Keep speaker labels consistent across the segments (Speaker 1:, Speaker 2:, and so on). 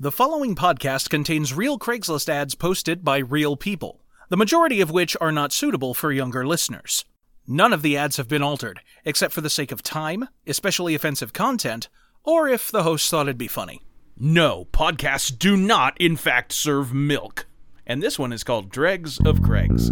Speaker 1: The following podcast contains real Craigslist ads posted by real people, the majority of which are not suitable for younger listeners. None of the ads have been altered, except for the sake of time, especially offensive content, or if the host thought it'd be funny. No, podcasts do not, in fact, serve milk. And this one is called Dregs of Craigs.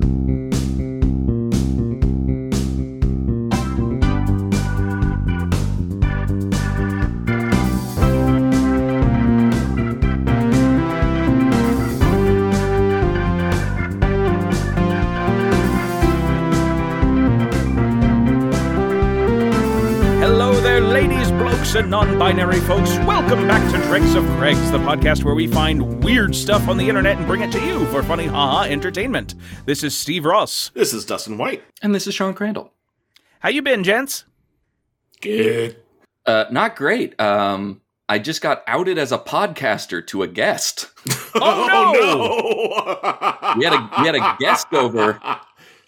Speaker 1: Hello there, ladies, blokes, and non binary folks. Welcome back to Dregs of Craigs, the podcast where we find weird stuff on the internet and bring it to you for funny haha entertainment. This is Steve Ross.
Speaker 2: This is Dustin White.
Speaker 3: And this is Sean Crandall.
Speaker 1: How you been, gents?
Speaker 2: Good.
Speaker 3: Uh, not great. Um, I just got outed as a podcaster to a guest.
Speaker 1: Oh,
Speaker 2: no!
Speaker 3: We had a we had a guest over,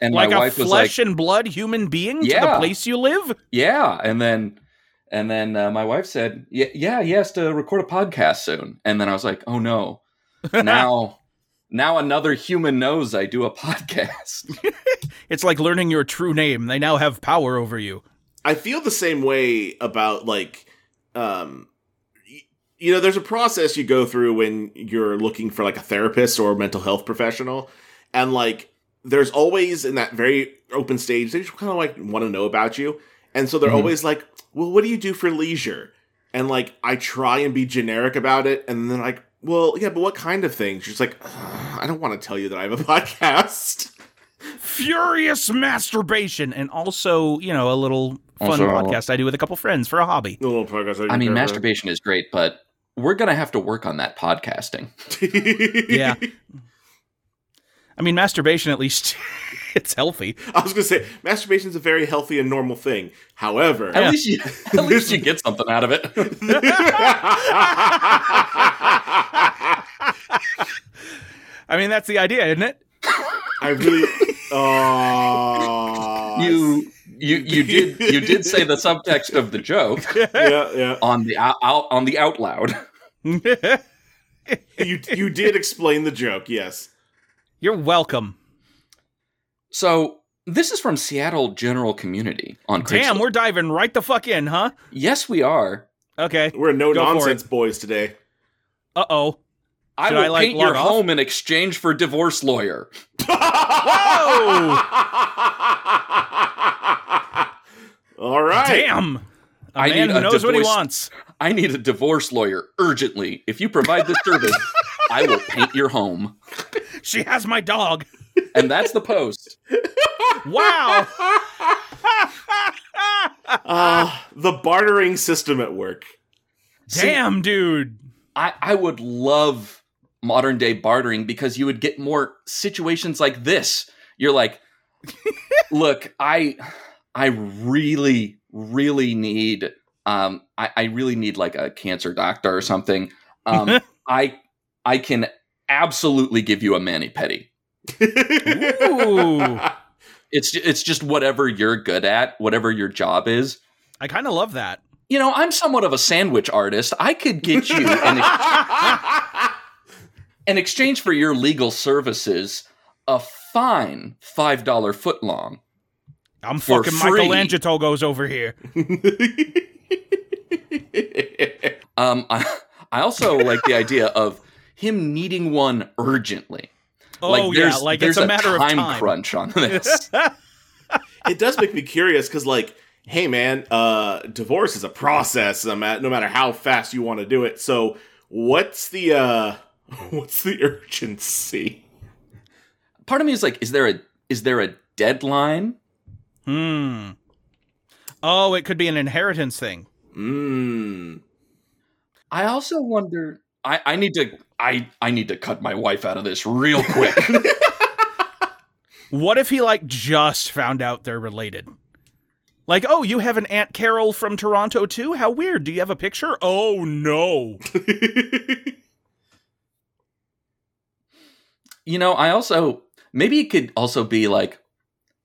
Speaker 3: and
Speaker 1: like
Speaker 3: my
Speaker 1: a
Speaker 3: wife was like,
Speaker 1: flesh and blood human being to the
Speaker 3: Yeah.
Speaker 1: place you live?
Speaker 3: "Yeah," and then and then uh, my wife said, "Yeah, yeah, he has to record a podcast soon." And then I was like, "Oh no!" Now now another human knows I do a podcast.
Speaker 1: It's like learning your true name. They now have power over you.
Speaker 2: I feel the same way about like, um, y- you know, there's a process you go through when you're looking for like a therapist or a mental health professional, and like, there's always in that very open stage they just kind of like want to know about you, and so they're
Speaker 3: Mhm.
Speaker 2: always like, well, what do you do for leisure? And like, I try and be generic about it, and then like, well, yeah, but what kind of things? She's like, "Ugh, I don't want to tell you that I have a podcast.
Speaker 1: Furious masturbation and also, you know, a little fun
Speaker 3: Also-
Speaker 1: podcast I do with a couple friends for a hobby.
Speaker 2: A little progress.
Speaker 3: I
Speaker 2: masturbation.
Speaker 3: mean, masturbation is great, but we're gonna have to work on that podcasting.
Speaker 2: yeah.
Speaker 1: I mean, masturbation at least it's healthy.
Speaker 2: I was gonna say masturbation is a very healthy and normal thing. However,
Speaker 3: At least you at least you get something out of it.
Speaker 2: I
Speaker 1: I mean, that's the idea, isn't it?
Speaker 2: really. Oh.
Speaker 3: you you you did you did say the subtext of the joke
Speaker 2: uh, Yeah, yeah.
Speaker 3: on the out out- on the out loud.
Speaker 2: You you did explain the joke. Yes.
Speaker 1: You're welcome.
Speaker 3: So this is from Seattle General Community on Craigslist.
Speaker 1: Damn, we're diving right the fuck in, huh?
Speaker 3: yes, we are.
Speaker 1: Okay.
Speaker 2: We're no
Speaker 1: Go for
Speaker 2: nonsense boys today.
Speaker 1: Uh oh.
Speaker 3: I
Speaker 1: Should
Speaker 3: will
Speaker 1: I, like,
Speaker 3: paint your
Speaker 1: log off?
Speaker 3: home in exchange for divorce lawyer.
Speaker 2: All right.
Speaker 1: Damn. A
Speaker 3: I
Speaker 1: man
Speaker 3: need
Speaker 1: who
Speaker 3: a
Speaker 1: knows what he
Speaker 3: divorce-
Speaker 1: wants.
Speaker 3: I need a divorce lawyer urgently. If you provide this service, I will paint your home.
Speaker 1: She has my dog.
Speaker 3: And that's the post.
Speaker 1: Wow.
Speaker 2: Ah, the bartering system at work.
Speaker 3: See,
Speaker 1: Damn, dude.
Speaker 3: I, I would love modern day bartering because you would get more situations like this. You're like, look, I I really, really need um I, I really need like a cancer doctor or something. Um I I can absolutely give you a mani pedi.
Speaker 1: Ooh.
Speaker 3: It's ju- it's just whatever you're good at, whatever your job is.
Speaker 1: I kind of love that.
Speaker 3: You know, I'm somewhat of a sandwich artist. I could get you an in exchange for your legal services, a fine five dollar footlong.
Speaker 1: I'm
Speaker 3: For
Speaker 1: fucking
Speaker 3: free.
Speaker 1: Michelangelo goes over here.
Speaker 3: Um, I, I also like the idea of him needing one urgently.
Speaker 1: Oh
Speaker 3: like
Speaker 1: yeah,
Speaker 3: there's,
Speaker 1: like
Speaker 3: there's
Speaker 1: it's a matter
Speaker 3: time
Speaker 1: of time.
Speaker 3: crunch on this.
Speaker 2: it does make me curious because like hey man uh divorce is a process no mat- no matter how fast you want to do it so what's the uh what's the urgency
Speaker 3: Part of me is like, is there a is there a deadline?
Speaker 1: Hmm. Oh, it could be an inheritance thing.
Speaker 2: mm.
Speaker 3: I also wonder. I, I need to I I need to cut my wife out of this real quick.
Speaker 1: What if he like just found out they're related? Like, oh, you have an Aunt Carol from Toronto too? How weird. Do you have a picture? Oh no.
Speaker 3: you know, I also maybe it could also be like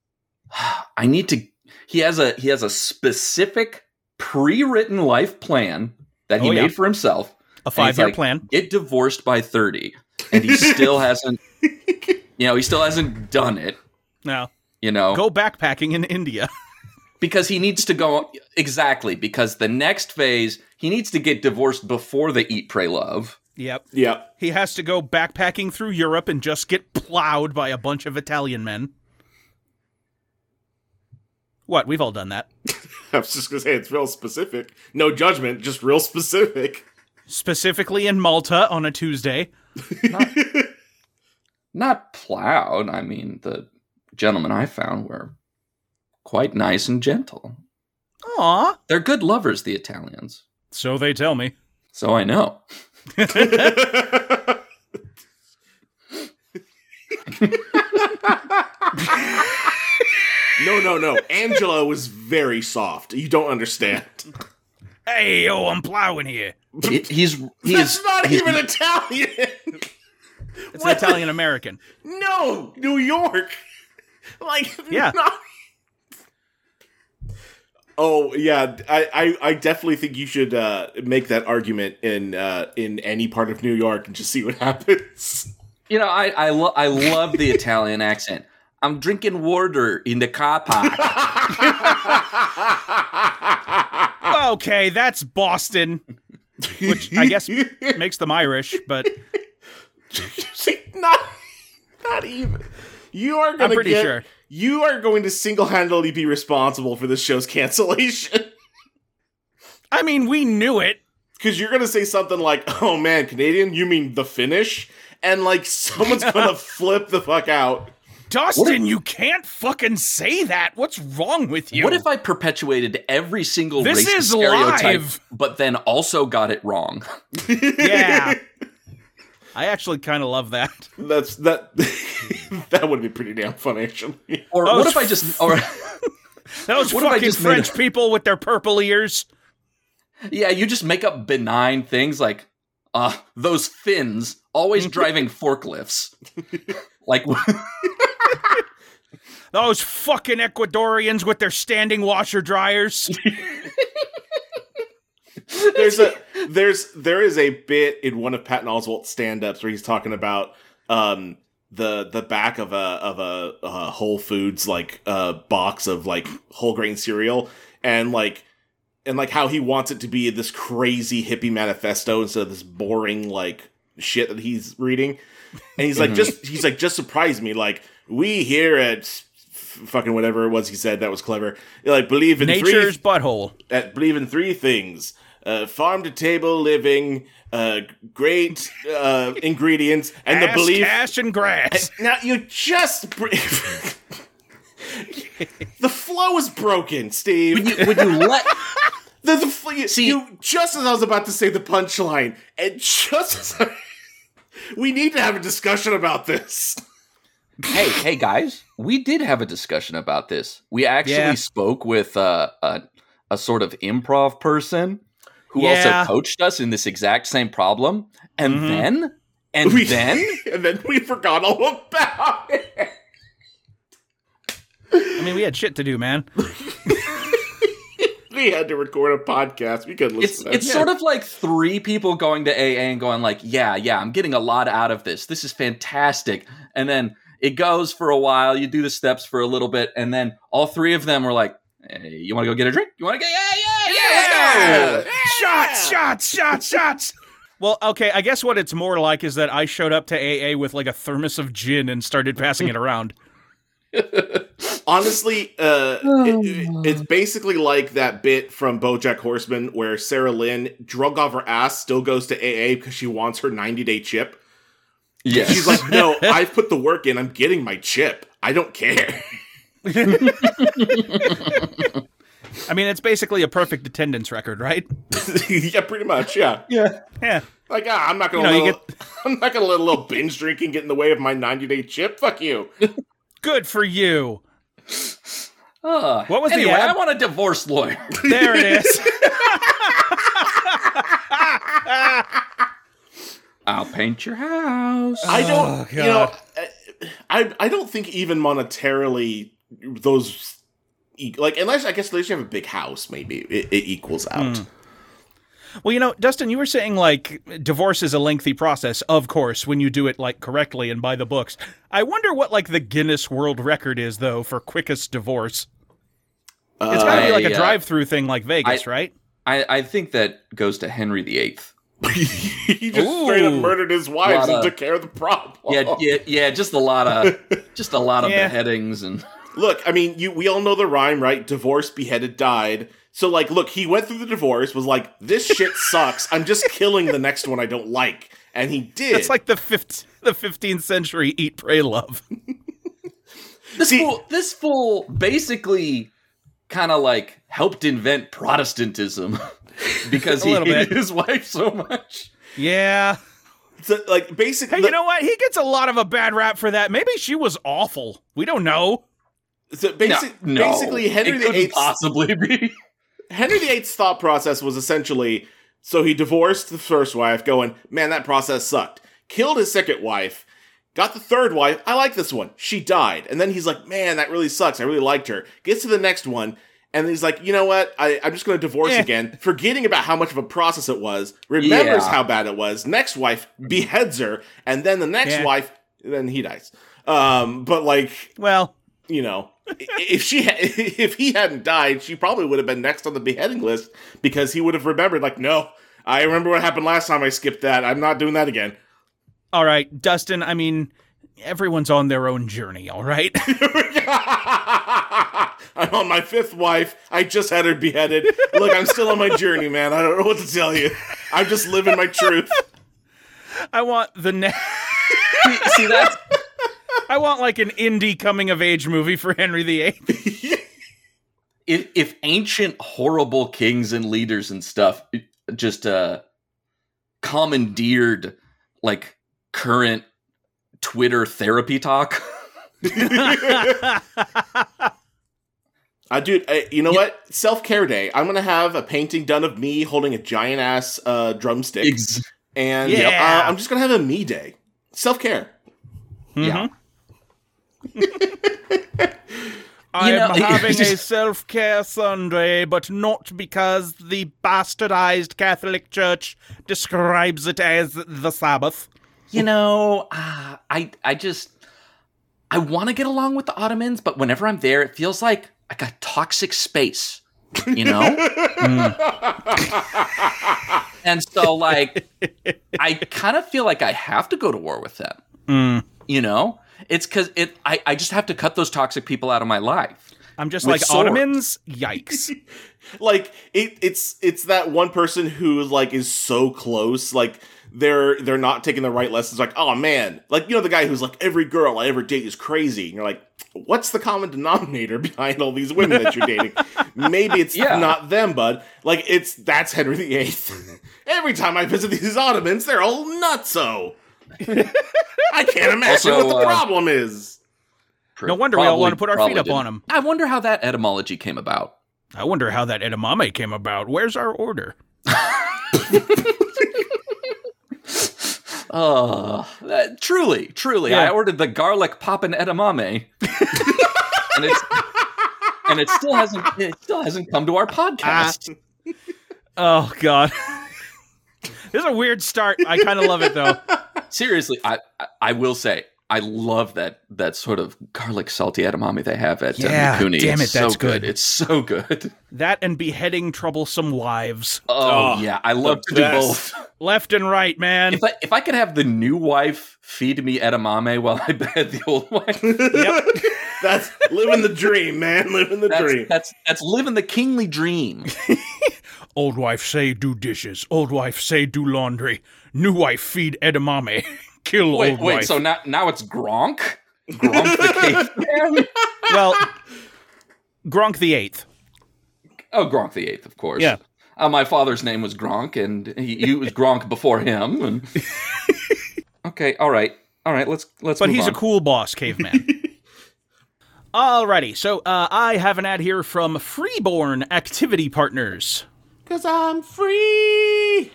Speaker 3: I need to he has a he has a specific pre-written life plan that he
Speaker 1: Oh, yeah.
Speaker 3: made for himself
Speaker 1: A five year
Speaker 3: like,
Speaker 1: plan.
Speaker 3: Get divorced by 30. And he still hasn't, you know, he still hasn't done it,
Speaker 1: No.
Speaker 3: you know,
Speaker 1: Go backpacking in India.
Speaker 3: because he needs to go exactly. Because the next phase, he needs to get divorced before the Eat, Pray, Love.
Speaker 1: yep.
Speaker 2: yeah.
Speaker 1: He has to go backpacking through Europe and just get plowed by a bunch of Italian men. What? We've all done that.
Speaker 2: I was just gonna say it's real specific. No judgment, just real specific.
Speaker 1: Specifically in Malta on a Tuesday.
Speaker 3: Not plowed. I mean, the gentlemen I found were quite nice and gentle.
Speaker 1: Aw.
Speaker 3: They're good lovers, the Italians.
Speaker 1: So they tell me.
Speaker 3: So I know.
Speaker 2: no, no, no. Angela was very soft. You don't understand.
Speaker 1: Hey, yo, I'm plowing here.
Speaker 3: He- he's he
Speaker 2: That's
Speaker 3: is
Speaker 2: not
Speaker 3: he's-
Speaker 2: even Italian.
Speaker 1: It's an Italian American.
Speaker 2: No, New York. Like
Speaker 1: Yeah.
Speaker 2: not- Oh yeah, I, I, I definitely think you should uh, make that argument in uh, in any part of New York and just see what happens.
Speaker 3: You know, I I, lo- I love the Italian accent. I'm drinking water in the car park.
Speaker 1: Okay, that's Boston. Which I guess makes them Irish, but
Speaker 2: See, not not even. You are gonna
Speaker 1: I'm pretty
Speaker 2: get-
Speaker 1: sure.
Speaker 2: you are going to single handedly be responsible for this show's cancellation.
Speaker 1: I mean, we knew it.
Speaker 2: Because you're gonna say something like, "Oh man, Canadian, you mean the Finnish?" And like someone's gonna flip the fuck out.
Speaker 1: Dustin, you can't fucking say that. What's wrong with you?
Speaker 3: What if I perpetuated every single
Speaker 1: This
Speaker 3: racist
Speaker 1: is
Speaker 3: stereotype,
Speaker 1: live.
Speaker 3: but then also got it wrong?
Speaker 1: yeah. I actually kind of love that.
Speaker 2: That's that. that would be pretty damn funny, actually.
Speaker 3: Or
Speaker 1: Those
Speaker 3: what if I just or
Speaker 1: Those
Speaker 3: What if I
Speaker 1: fucking
Speaker 3: just made
Speaker 1: French
Speaker 3: a-
Speaker 1: people with their purple ears.
Speaker 3: yeah, you just make up benign things like uh those Finns always driving forklifts. Like
Speaker 1: Those fucking Ecuadorians with their standing washer dryers.
Speaker 2: There's a there's there is a bit in one of Patton Oswalt's stand-ups where he's talking about um the the back of a of a, uh Whole Foods like uh, box of like whole grain cereal and like and like how he wants it to be this crazy hippie manifesto instead of this boring like shit that he's reading. And he's like, just he's like, just surprise me. Like we here at s- f- fucking whatever it was he said that was clever. Like believe in three
Speaker 1: Nature's butthole.
Speaker 2: that believe in three things uh, farm to table living, uh, great uh, ingredients, and the
Speaker 1: Ass,
Speaker 2: belief.
Speaker 1: cash, and grass.
Speaker 2: Now, you just. Br- the flow is broken, Steve.
Speaker 3: would you, would you let
Speaker 2: the, the fl- you,
Speaker 3: See-
Speaker 2: you- just as I was about to say the punchline, and just as I- we need to have a discussion about this.
Speaker 3: hey, hey guys, we did have a discussion about this. We actually
Speaker 1: Yeah.
Speaker 3: spoke with uh, a a sort of improv person who
Speaker 1: Yeah.
Speaker 3: also coached us in this exact same problem, and
Speaker 1: Mhm.
Speaker 3: then and
Speaker 2: We-
Speaker 3: then
Speaker 2: and then we forgot all about it.
Speaker 1: I mean, we had shit to do, man.
Speaker 2: We had to record a podcast. We couldn't listen
Speaker 3: it's
Speaker 2: to that
Speaker 3: it's
Speaker 2: shit.
Speaker 3: sort of like three people going to AA and going like, yeah, yeah, I'm getting a lot out of this. This is fantastic, and then. It goes for a while. You do the steps for a little bit, and then all three of them were like, "Hey, you want to go get a drink? You want to get yeah, yeah, yeah, let's go!"
Speaker 2: Yeah.
Speaker 1: Shots, shots, shots, shots. Well, okay, I guess what it's more like is that I showed up to AA with like a thermos of gin and started passing it around.
Speaker 2: Honestly, uh, it- it's basically like that bit from BoJack Horseman where Sarah Lynn, drug off her ass, still goes to AA because she wants her 90 day chip.
Speaker 3: Yes.
Speaker 2: She's like, "No, I've put the work in. I'm getting my chip. I don't care."
Speaker 1: I mean, it's basically a perfect attendance record, right?
Speaker 2: yeah, pretty much. Yeah,
Speaker 3: yeah.
Speaker 1: Yeah.
Speaker 2: like ah, I'm not gonna,
Speaker 1: You know, you
Speaker 2: let, I'm not gonna let a little binge drinking get in the way of my 90 day chip. Fuck you.
Speaker 1: Good for you.
Speaker 3: Uh,
Speaker 1: What was the
Speaker 3: anyway,
Speaker 1: ad?
Speaker 3: I want a divorce lawyer.
Speaker 1: There it is.
Speaker 3: I'll paint your house.
Speaker 2: I don't,
Speaker 1: Oh,
Speaker 2: you know, uh, I I don't think even monetarily those
Speaker 1: Hmm.
Speaker 2: e- like unless I guess unless you have a big house, maybe it, it equals out.
Speaker 1: Well, you know, Dustin, you were saying like divorce is a lengthy process, of course, when you do it like correctly and by the books. I wonder what like the Guinness World Record is though for quickest divorce. It's got to
Speaker 3: Uh,
Speaker 1: be like a
Speaker 3: yeah.
Speaker 1: drive-through thing like Vegas,
Speaker 3: I-
Speaker 1: right?
Speaker 3: I, I think that goes to Henry VIII.
Speaker 2: he just straight up
Speaker 1: Ooh.
Speaker 2: murdered his wives
Speaker 3: Lotta-
Speaker 2: and took care of the problem.
Speaker 3: Yeah, yeah, yeah. Just a lot of just a lot of
Speaker 1: Oh. Yeah.
Speaker 3: beheadings and
Speaker 2: Look, I mean, you we all know the rhyme, right? Divorced, beheaded, died. So like, look, he went through the divorce, was like, this shit sucks. I'm just killing the next one I don't like. And he did.
Speaker 1: It's like the 15, the 15th century eat pray love.
Speaker 3: this
Speaker 2: See-
Speaker 3: fool. This fool basically kind of like helped invent Protestantism because
Speaker 1: A
Speaker 3: he
Speaker 1: little bit.
Speaker 3: hated his wife so much.
Speaker 1: Yeah.
Speaker 2: So, like basically
Speaker 1: Hey, you know what? He gets a lot of a bad rap for that. Maybe she was awful. We don't know.
Speaker 2: so basi-
Speaker 3: no, no,
Speaker 2: basically Henry
Speaker 3: it couldn't
Speaker 2: VIII 's-
Speaker 3: possibly be.
Speaker 2: Henry VIII's thought process was essentially so he divorced the first wife, going, man, that process sucked. Killed his second wife, got the third wife. I like this one. She died. And then he's like, man, that really sucks. I really liked her. Gets to the next one. And he's like, you know what? I, I'm just going to divorce
Speaker 1: Eh.
Speaker 2: again, forgetting about how much of a process it was, remembers
Speaker 3: Yeah.
Speaker 2: how bad it was. Next wife beheads her. And then the next
Speaker 1: Yeah.
Speaker 2: wife, then he dies. Um, but like,
Speaker 1: Well,
Speaker 2: you know, i- if she ha- if he hadn't died, she probably would have been next on the beheading list because he would have remembered. Like, no, I remember what happened last time. I skipped that. I'm not doing that again.
Speaker 1: all right, Dustin, I mean, everyone's on their own journey, all right?
Speaker 2: I'm on my fifth wife. I just had her beheaded. Look, I'm still on my journey, man. I don't know what to tell you. I'm just living my truth.
Speaker 1: I want the next
Speaker 3: See, see, that's
Speaker 1: I want like an indie coming of age movie for Henry VIII.
Speaker 3: if if ancient horrible kings and leaders and stuff just uh commandeered like current Twitter therapy talk.
Speaker 2: Uh, dude, uh, you know what? Self care day. I'm gonna have a painting done of me holding a giant ass uh, drumstick,
Speaker 3: Ex-
Speaker 2: and
Speaker 1: Yeah.
Speaker 2: uh, I'm just gonna have a me day. Self care.
Speaker 3: Yeah.
Speaker 1: I'm
Speaker 3: know-
Speaker 1: having a self care Sunday, but not because the bastardized Catholic Church describes it as the Sabbath.
Speaker 3: you know, uh, I I just I want to get along with the Ottomans, but whenever I'm there, it feels like like a toxic space. You know, and so like I kind of feel like I have to go to war with them. You know, it's because it I I just have to cut those toxic people out of my life.
Speaker 1: I'm just
Speaker 3: With
Speaker 1: like
Speaker 3: swords.
Speaker 1: Ottomans. Yikes!
Speaker 2: like it, it's it's that one person who like is so close like they're they're not taking the right lessons like oh man like you know the guy who's like every girl i ever date is crazy and you're like what's the common denominator behind all these women that you're dating maybe it's
Speaker 3: Yeah.
Speaker 2: not them bud like it's that's henry viii every time i visit these ottomans they're all nutso i can't imagine
Speaker 3: Also,
Speaker 2: what the
Speaker 3: uh,
Speaker 2: problem is
Speaker 1: No wonder we all wanna put our feet up on 'em.
Speaker 3: I wonder how that etymology came about.
Speaker 1: I wonder how that edamame came about. Where's our order?
Speaker 3: Oh, that- truly, truly,
Speaker 1: Yeah.
Speaker 3: I ordered the garlic poppin' edamame, and it's and it still hasn't it still hasn't come to our podcast.
Speaker 1: Oh God. This is a weird start. I kind of love it though.
Speaker 3: Seriously, I I- I will say I love that that sort of garlic salty edamame they have at uh,
Speaker 1: Yeah,
Speaker 3: Mikuni.
Speaker 1: damn
Speaker 3: It's
Speaker 1: it, that's
Speaker 3: so good.
Speaker 1: good.
Speaker 3: It's so good.
Speaker 1: That and beheading troublesome wives,
Speaker 3: Oh,
Speaker 2: Oh,
Speaker 3: yeah, I love to
Speaker 2: the
Speaker 3: do
Speaker 2: best.
Speaker 3: both.
Speaker 1: left and right, man.
Speaker 3: If I if I could have the new wife feed me edamame while I bed the old wife,
Speaker 1: Yep.
Speaker 2: that's living the dream man living the
Speaker 3: that's
Speaker 2: dream
Speaker 3: that's that's living the kingly dream.
Speaker 1: Old wife say do dishes. Old wife say do laundry. New wife feed edamame. Kill
Speaker 3: Wait,
Speaker 1: old
Speaker 3: wait.
Speaker 1: wife.
Speaker 3: So now now it's Gronk. Gronk the caveman.
Speaker 1: well, Gronk the Eighth.
Speaker 3: Oh, Gronk the Eighth, of course.
Speaker 1: Yeah.
Speaker 3: Uh, my father's name was Gronk, and he, he was Gronk before him. And... okay, all right, all right. Let's let's.
Speaker 1: But
Speaker 3: move
Speaker 1: he's a
Speaker 3: on.
Speaker 1: cool boss caveman. Alrighty, so uh, I have an ad here from Freeborn Activity Partners.
Speaker 2: Cause I'm free,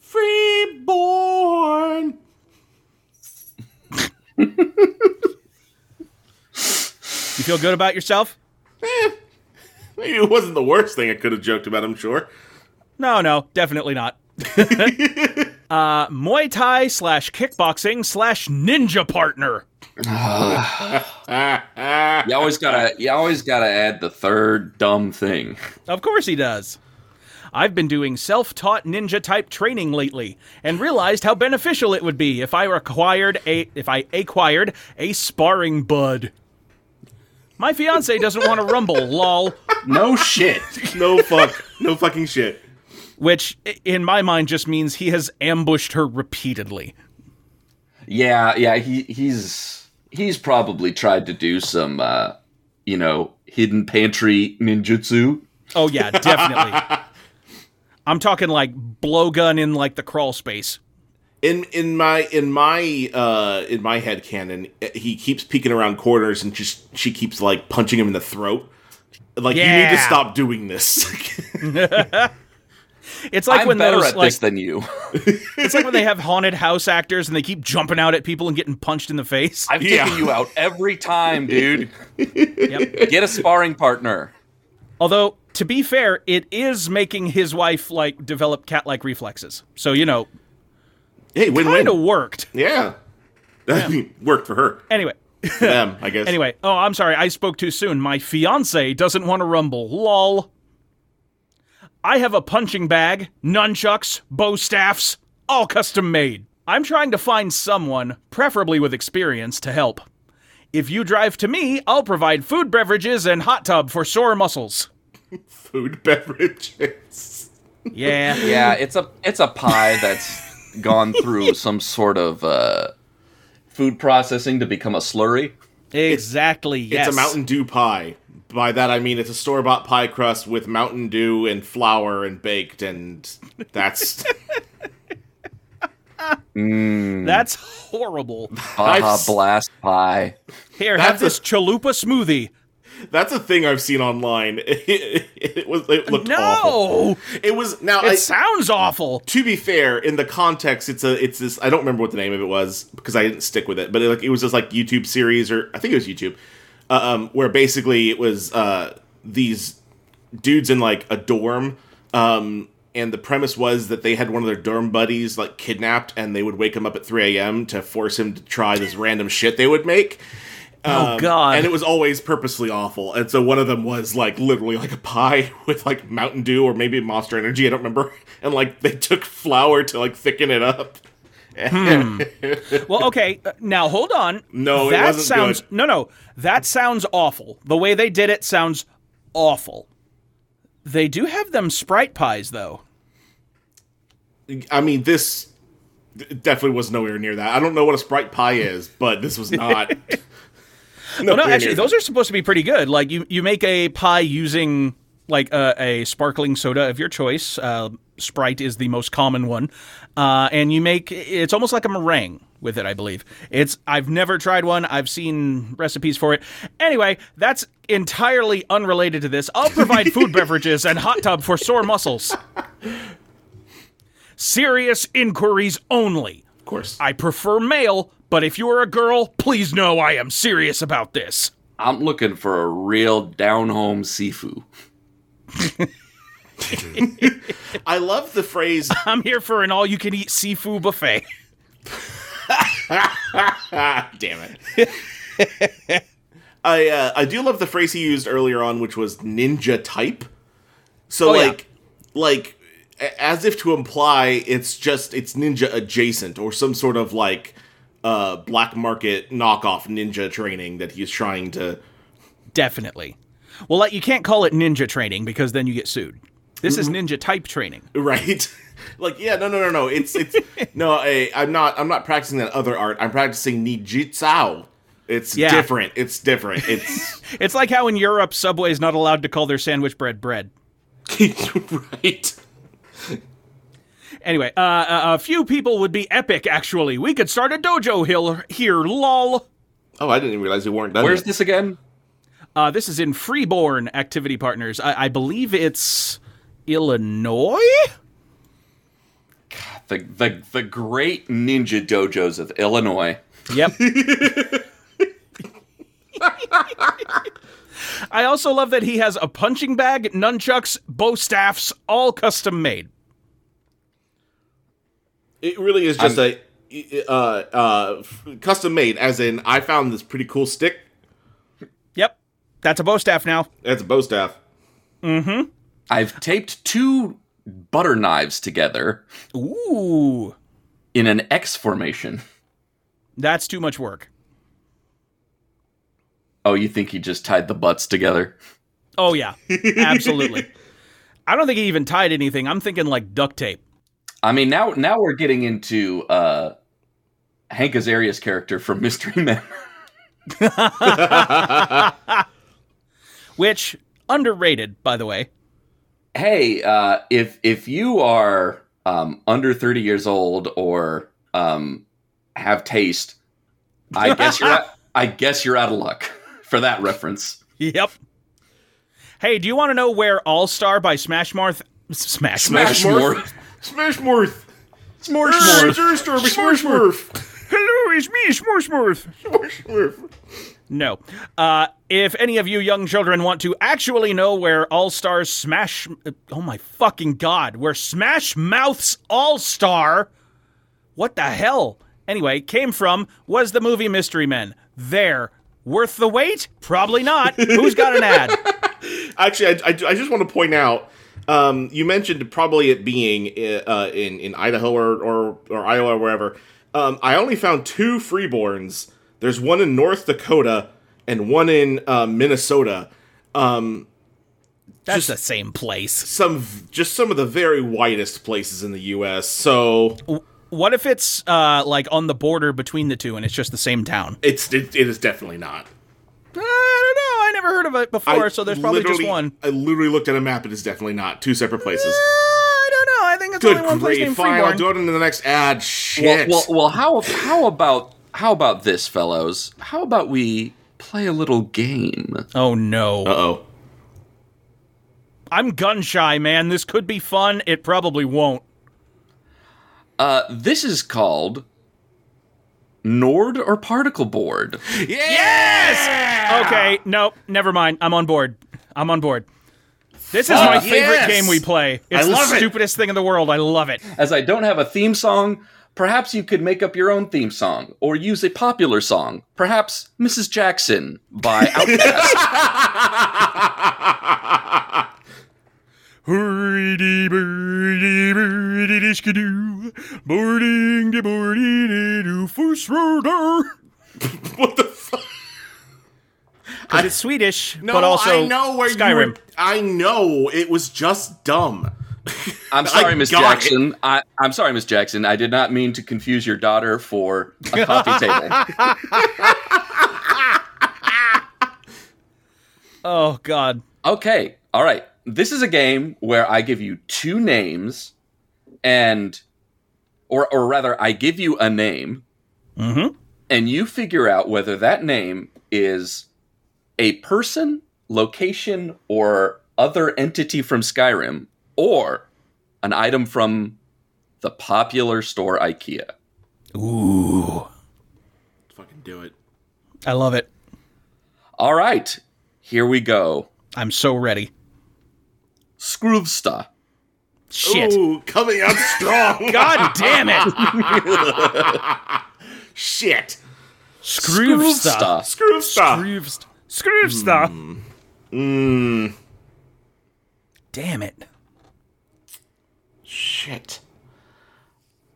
Speaker 2: free born.
Speaker 1: You feel good about yourself?
Speaker 2: Maybe it wasn't the worst thing I could have joked about. I'm sure.
Speaker 1: No, no, definitely not. uh, Muay Thai slash kickboxing slash ninja partner.
Speaker 3: You always gotta you always gotta add the third dumb thing.
Speaker 1: Of course he does. I've been doing self taught ninja type training lately and realized how beneficial it would be if I acquired a if I acquired a sparring bud. My fiance doesn't want to rumble, lol.
Speaker 3: No shit.
Speaker 2: no fuck. No fucking shit.
Speaker 1: Which i- in my mind just means he has ambushed her repeatedly.
Speaker 3: Yeah, yeah, he he's he's probably tried to do some uh you know, hidden pantry ninjutsu.
Speaker 1: Oh yeah, definitely. I'm talking like blowgun in like the crawl space.
Speaker 2: In in my in my uh in my head canon, he keeps peeking around corners and just she keeps like punching him in the throat. Like you need to
Speaker 1: Yeah.
Speaker 2: stop doing this.
Speaker 1: It's like
Speaker 3: I'm
Speaker 1: when
Speaker 3: better
Speaker 1: those
Speaker 3: at
Speaker 1: like
Speaker 3: this than you.
Speaker 1: it's like when they have haunted house actors and they keep jumping out at people and getting punched in the face.
Speaker 3: I've
Speaker 2: Yeah.
Speaker 3: taken you out every time, dude.
Speaker 1: Yep.
Speaker 3: Get a sparring partner.
Speaker 1: Although, to be fair, it is making his wife like develop cat-like reflexes. So you know,
Speaker 2: hey, win
Speaker 1: kind of
Speaker 2: win.
Speaker 1: worked.
Speaker 2: Yeah. I mean, worked for her.
Speaker 1: Anyway,
Speaker 2: For them, I guess.
Speaker 1: anyway. Oh, I'm sorry, I spoke too soon. My fiance doesn't want to rumble. Lol. I have a punching bag, nunchucks, bow staffs, all custom made. I'm trying to find someone, preferably with experience, to help. If you drive to me, I'll provide food, beverages, and hot tub for sore muscles.
Speaker 2: Food beverages.
Speaker 1: Yeah.
Speaker 3: Yeah, it's a it's a pie that's gone through some sort of uh food processing to become a slurry.
Speaker 1: Exactly. yes.
Speaker 2: It's a Mountain Dew pie. By that I mean it's a store bought pie crust with Mountain Dew and flour and baked and that's
Speaker 1: That's horrible.
Speaker 3: Baja
Speaker 2: I've-
Speaker 3: blast pie.
Speaker 1: Here, have
Speaker 2: That's a-
Speaker 1: this chalupa smoothie.
Speaker 2: that's a thing I've seen online. It, was it looked
Speaker 1: No,
Speaker 2: awful. It was now
Speaker 1: it
Speaker 2: I,
Speaker 1: sounds awful.
Speaker 2: to be fair, in the context, it's a it's this. I don't remember what the name of it was because I didn't stick with it, but it, like it was this like YouTube series or I think it was YouTube, uh, um, where basically it was uh, these dudes in like a dorm, um, and the premise was that they had one of their dorm buddies like kidnapped, and they would wake him up at three a.m. to force him to try this random shit they would make.
Speaker 1: oh
Speaker 2: Um,
Speaker 1: God,
Speaker 2: And it was always purposely awful. And so one of them was like literally like a pie with like Mountain Dew or maybe Monster Energy, I don't remember. And like they took flour to like thicken it up.
Speaker 1: well, okay. uh, Now hold on.
Speaker 2: No, it
Speaker 1: that
Speaker 2: wasn't
Speaker 1: sounds
Speaker 2: good.
Speaker 1: no, no. That sounds awful. The way they did it sounds awful. They do have them Sprite pies though.
Speaker 2: I mean, this definitely was nowhere near that. I don't know what a Sprite pie is, but this was not.
Speaker 1: Well, no, actually, those are supposed to be pretty good. Like you, you make a pie using like a, a sparkling soda of your choice. Uh, Sprite is the most common one, uh, and you make it's almost like a meringue with it. I believe it's. I've never tried one. I've seen recipes for it. Anyway, that's entirely unrelated to this. I'll provide food, beverages, and hot tub for sore muscles. Serious inquiries only.
Speaker 2: Of course.
Speaker 1: I prefer male, but if you are a girl, please know I am serious about this.
Speaker 3: I'm looking for a real down home sifu.
Speaker 2: I love the phrase
Speaker 1: I'm here for an all you can eat seafood buffet.
Speaker 2: Ah, damn it. I uh, I do love the phrase he used earlier on, which was ninja type. So
Speaker 1: Oh, yeah.
Speaker 2: like like a- as if to imply it's just it's ninja adjacent or some sort of like uh black market knockoff ninja training that he's trying to
Speaker 1: Definitely. Well, like, you can't call it ninja training because then you get sued. This is ninja type training.
Speaker 2: right like yeah no no no no it's it's no I, i'm not i'm not practicing that other art i'm practicing nijitsao it's
Speaker 1: Yeah.
Speaker 2: different it's different it's
Speaker 1: It's like how in Europe Subway's not allowed to call their sandwich bread bread.
Speaker 2: right
Speaker 1: Anyway, uh, a, a few people would be epic. Actually, we could start a dojo hill here. Lol.
Speaker 2: Oh, I didn't even realize we weren't done.
Speaker 3: Where's
Speaker 2: Where's
Speaker 3: this again?
Speaker 1: Uh, this is in Freeborn Activity Partners. I, I believe it's Illinois.
Speaker 3: The the the great ninja dojos of Illinois.
Speaker 1: Yep. I also love that he has a punching bag, nunchucks, bow staffs, all custom made.
Speaker 2: It really is just a uh, uh, custom made, as in I found this pretty cool stick.
Speaker 1: Yep. That's a bow staff now.
Speaker 2: That's a bow staff.
Speaker 3: I've taped two butter knives together
Speaker 1: Ooh.
Speaker 3: in an X formation.
Speaker 1: That's too much work.
Speaker 3: Oh, you think he just tied the butts together?
Speaker 1: Oh yeah. Absolutely. I don't think he even tied anything. I'm thinking like duct tape.
Speaker 3: I mean, now now we're getting into uh, Hank Azaria's character from Mystery Men.
Speaker 1: Which underrated, by the way.
Speaker 3: hey, uh, if if you are um, under thirty years old or um, have taste, I guess you're out, I guess you're out of luck for that reference.
Speaker 1: Yep. Hey, do you want to know where All Star by Smashmouth Smash
Speaker 3: Smash- Smashmorph.
Speaker 2: Smashmorth.
Speaker 3: Smorgasbord.
Speaker 2: Smashmorth.
Speaker 1: Hello, it's me, Smashmouth.
Speaker 2: Smashmorth.
Speaker 1: No. Uh, if any of you young children want to actually know where All Stars Smash, oh my fucking god, where Smash Mouth's All Star, what the hell? Anyway, came from was the movie Mystery Men. There, worth the wait? Probably not. Who's got an ad?
Speaker 2: Actually, I, I, I just want to point out. Um, you mentioned probably it being uh, in in Idaho or or, or Iowa or wherever. Um, I only found two freeborns. There's one in North Dakota and one in uh, Minnesota. Um,
Speaker 1: That's the same place.
Speaker 2: some v- just some of the very whitest places in the U.S. So
Speaker 1: What if it's uh, like on the border between the two and it's just the same town?
Speaker 2: it's it, it is definitely not.
Speaker 1: I don't know. I never heard of it before, so there's probably just
Speaker 2: literally-
Speaker 1: one.
Speaker 2: I literally looked at a map. It is definitely not two separate places.
Speaker 1: I don't know. I think it's
Speaker 2: Good
Speaker 1: only one place
Speaker 2: grief!
Speaker 1: named
Speaker 2: Fine, I'll
Speaker 1: Freeborn.
Speaker 2: do it in the next ad. Shit.
Speaker 3: Well, well, well, how how about how about this, fellows? How about we play a little game?
Speaker 1: Oh no.
Speaker 2: uh oh.
Speaker 1: I'm gun shy, man. This could be fun. It probably won't.
Speaker 3: Uh, this is called Nord or Particle Board.
Speaker 2: Yes.
Speaker 1: Okay, nope, never mind. I'm on board. I'm on board. This is my
Speaker 3: Fuck
Speaker 1: favorite
Speaker 2: yes!
Speaker 1: game we play. It's
Speaker 2: I
Speaker 1: the
Speaker 2: love it.
Speaker 1: stupidest thing in the world. I love it.
Speaker 3: As I don't have a theme song, perhaps you could make up your own theme song or use a popular song. Perhaps Mrs. Jackson by Outkast.
Speaker 1: Boarding to boarding to first roader.
Speaker 2: what the fuck?
Speaker 1: Because it's Swedish,
Speaker 2: No,
Speaker 1: but also
Speaker 2: I know where you.
Speaker 1: Skyrim.
Speaker 2: Were, I know it was just dumb.
Speaker 3: I'm sorry, Miss
Speaker 2: got it.
Speaker 3: Jackson. I, I'm sorry, Miss Jackson. I did not mean to confuse your daughter for a coffee table.
Speaker 1: Oh God.
Speaker 3: Okay. All right. This is a game where I give you two names and or or rather I give you a name
Speaker 1: Mm-hmm.
Speaker 3: and you figure out whether that name is a person, location or other entity from Skyrim or an item from the popular store IKEA.
Speaker 1: Ooh,
Speaker 2: Fucking do it.
Speaker 1: I love it.
Speaker 3: All right. Here we go.
Speaker 1: I'm so ready.
Speaker 3: Scroovsta.
Speaker 1: Shit.
Speaker 2: Ooh, coming out strong.
Speaker 1: God damn it.
Speaker 2: Shit.
Speaker 1: Scroovsta.
Speaker 2: Screw
Speaker 1: Scroovsta.
Speaker 2: stuff. Hmm.
Speaker 1: Scroovsta. Damn it.
Speaker 2: Shit.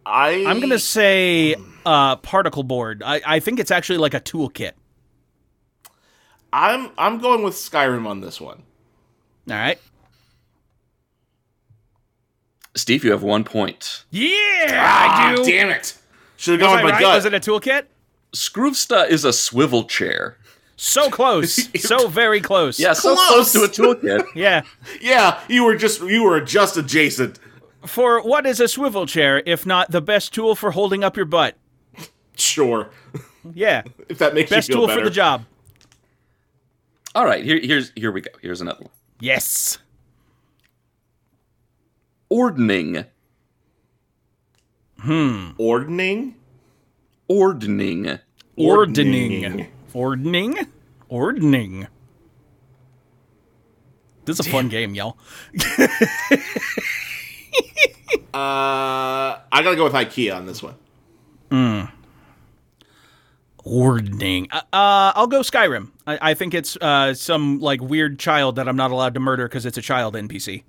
Speaker 2: I.
Speaker 1: I'm going to say uh, particle board. I, I think it's actually like a toolkit.
Speaker 2: I'm. I'm going with Skyrim on this one.
Speaker 1: All right.
Speaker 3: Steve, you have one point.
Speaker 1: Yeah, I
Speaker 2: Ah,
Speaker 1: do.
Speaker 2: Damn it. Should have
Speaker 1: Was,
Speaker 2: gone
Speaker 1: I
Speaker 2: with my
Speaker 1: right?
Speaker 2: gut.
Speaker 1: Was it a toolkit?
Speaker 3: Scroovsta is a swivel chair.
Speaker 1: So close. so very close.
Speaker 3: Yeah, so
Speaker 2: Close.
Speaker 3: close to a toolkit.
Speaker 1: Yeah.
Speaker 2: Yeah, you were just you were just adjacent.
Speaker 1: For what is a swivel chair if not the best tool for holding up your butt?
Speaker 2: Sure,
Speaker 1: Yeah.
Speaker 2: if that makes
Speaker 1: Best
Speaker 2: you feel
Speaker 1: tool
Speaker 2: better.
Speaker 1: for the job.
Speaker 3: All right, here, here's here we go. Here's another one.
Speaker 1: Yes.
Speaker 3: Ordning,
Speaker 2: Ordning.
Speaker 3: ordning,
Speaker 1: Ordning. Ordning? Ordning. This is a fun game, y'all.
Speaker 2: Uh, I gotta go with IKEA on this one.
Speaker 1: Ordning. Uh, uh, I'll go Skyrim. I, I think it's uh, some like weird child that I'm not allowed to murder because it's a child NPC.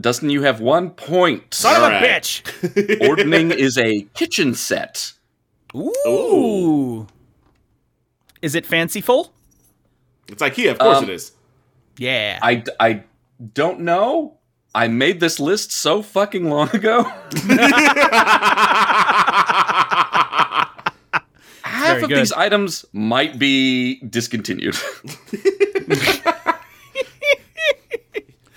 Speaker 3: Dustin, you have one point.
Speaker 1: Son of a
Speaker 2: Alright.
Speaker 1: bitch.
Speaker 3: Ordning is a kitchen set.
Speaker 1: Ooh. Is it fanciful?
Speaker 2: It's IKEA, of course
Speaker 3: Um,
Speaker 2: it is.
Speaker 1: Yeah.
Speaker 3: I, I don't know. I made this list so fucking long ago. Half
Speaker 1: very
Speaker 3: of
Speaker 1: good.
Speaker 3: these items might be discontinued.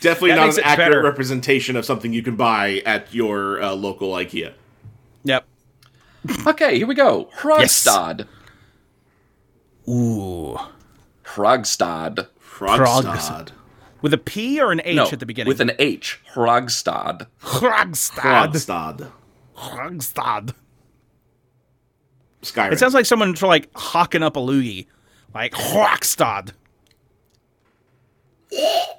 Speaker 2: Definitely
Speaker 1: That
Speaker 2: not
Speaker 1: makes
Speaker 2: an
Speaker 1: it
Speaker 2: accurate
Speaker 1: better.
Speaker 2: representation of something you can buy at your uh, local IKEA.
Speaker 1: yep.
Speaker 3: okay, here we go. Hrogstad.
Speaker 1: Ooh.
Speaker 3: Hrogstad.
Speaker 2: Frogstad.
Speaker 1: With a P or an H at the beginning?
Speaker 3: With an H. Hrogstad.
Speaker 1: Krogstad.
Speaker 2: Frogstad.
Speaker 1: Krogstad.
Speaker 2: Skyrim.
Speaker 1: It sounds like someone for like hawking up a loogie. Like Krogstad.
Speaker 2: Oh,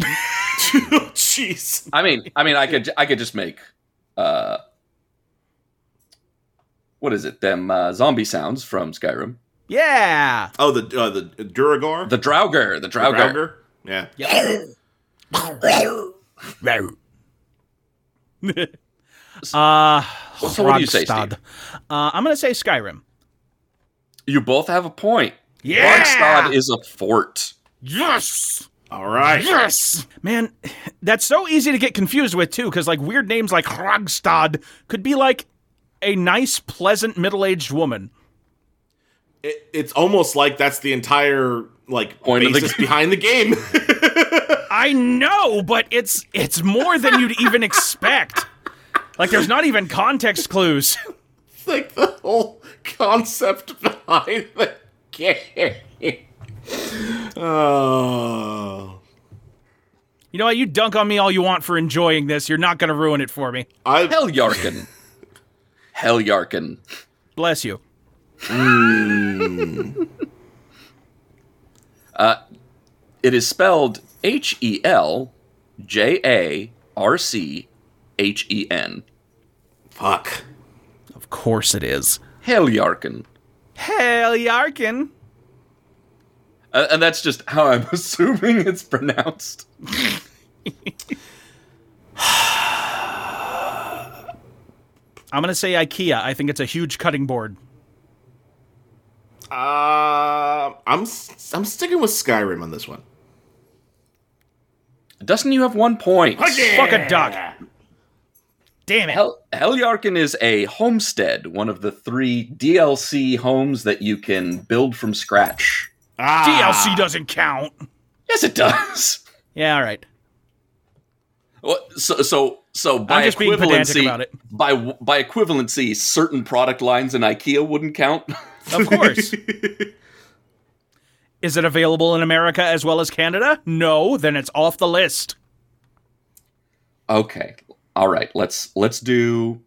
Speaker 2: Jeez.
Speaker 3: I mean, I mean, I could, I could just make, uh, what is it? Them uh, zombie sounds from Skyrim.
Speaker 1: Yeah.
Speaker 2: Oh, the uh, the Duragar.
Speaker 3: The Draugr, the Draugr.
Speaker 2: Draugr? Yeah.
Speaker 1: Uh,
Speaker 3: So what do you say,
Speaker 1: Krogstad.
Speaker 3: Steve?
Speaker 1: Uh, I'm going to say Skyrim.
Speaker 3: You both have a point.
Speaker 1: Yeah!
Speaker 3: Hrogstad is a fort.
Speaker 1: Yes.
Speaker 2: All right.
Speaker 1: Yes, man, that's so easy to get confused with too, because like weird names like Hrogstad could be like a nice, pleasant middle-aged woman.
Speaker 2: It, it's almost like that's the entire like
Speaker 3: Point of the
Speaker 2: basis
Speaker 3: game.
Speaker 2: behind the game.
Speaker 1: I know, but it's it's more than you'd even expect. Like there's not even context clues.
Speaker 2: It's like the whole concept behind the game. Oh.
Speaker 1: You know what? You dunk on me all you want for enjoying this. You're not gonna ruin it for me.
Speaker 2: I
Speaker 3: Hell Yarkin. Hell Yarkin.
Speaker 1: Bless you.
Speaker 3: It is spelled H E L J A R C H E N.
Speaker 2: fuck.
Speaker 1: Of course it is.
Speaker 3: Hell Yarkin.
Speaker 1: Hell, Yarkin.
Speaker 3: Uh, and that's just how I'm assuming it's pronounced.
Speaker 1: I'm gonna say IKEA. I think it's a huge cutting board.
Speaker 2: Uh, I'm s- I'm sticking with Skyrim on this one.
Speaker 3: Dustin, you have one point.
Speaker 1: Fuck a duck. Damn it.
Speaker 3: Hel- Heljarkin is a homestead, one of the three DLC homes that you can build from scratch.
Speaker 2: Ah.
Speaker 1: DLC doesn't count.
Speaker 3: Yes, it does.
Speaker 1: Yeah, all right.
Speaker 3: What- So, so, so by
Speaker 1: just being pedantic
Speaker 3: equivalency,
Speaker 1: about it.
Speaker 3: by by equivalency, certain product lines in IKEA wouldn't count.
Speaker 1: Of course. Is it available in America as well as Canada? No, then it's off the list.
Speaker 3: okay, all right. Let's let's do.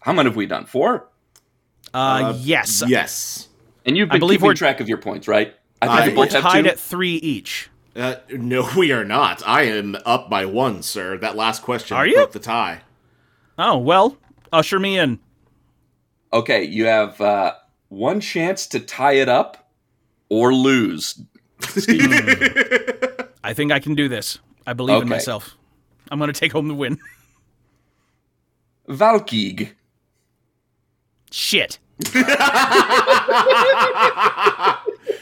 Speaker 3: How many have we done? Four.
Speaker 1: Uh, yes.
Speaker 2: Yes.
Speaker 3: And you've been
Speaker 1: believe
Speaker 3: keeping
Speaker 1: we're-
Speaker 3: track of your points, right?
Speaker 2: I-
Speaker 3: I think we
Speaker 1: We're
Speaker 3: both have
Speaker 1: tied
Speaker 3: two.
Speaker 1: at three each.
Speaker 2: Uh, no, we are not. I am up by one, sir. That last question
Speaker 1: Are you?
Speaker 2: broke the tie.
Speaker 1: Oh, well, usher me in.
Speaker 3: Okay, you have uh, one chance to tie it up or lose.
Speaker 1: Hmm. I think I can do this. I believe in
Speaker 3: Okay.
Speaker 1: myself. I'm going to take home the win.
Speaker 3: Valkyg.
Speaker 1: Shit.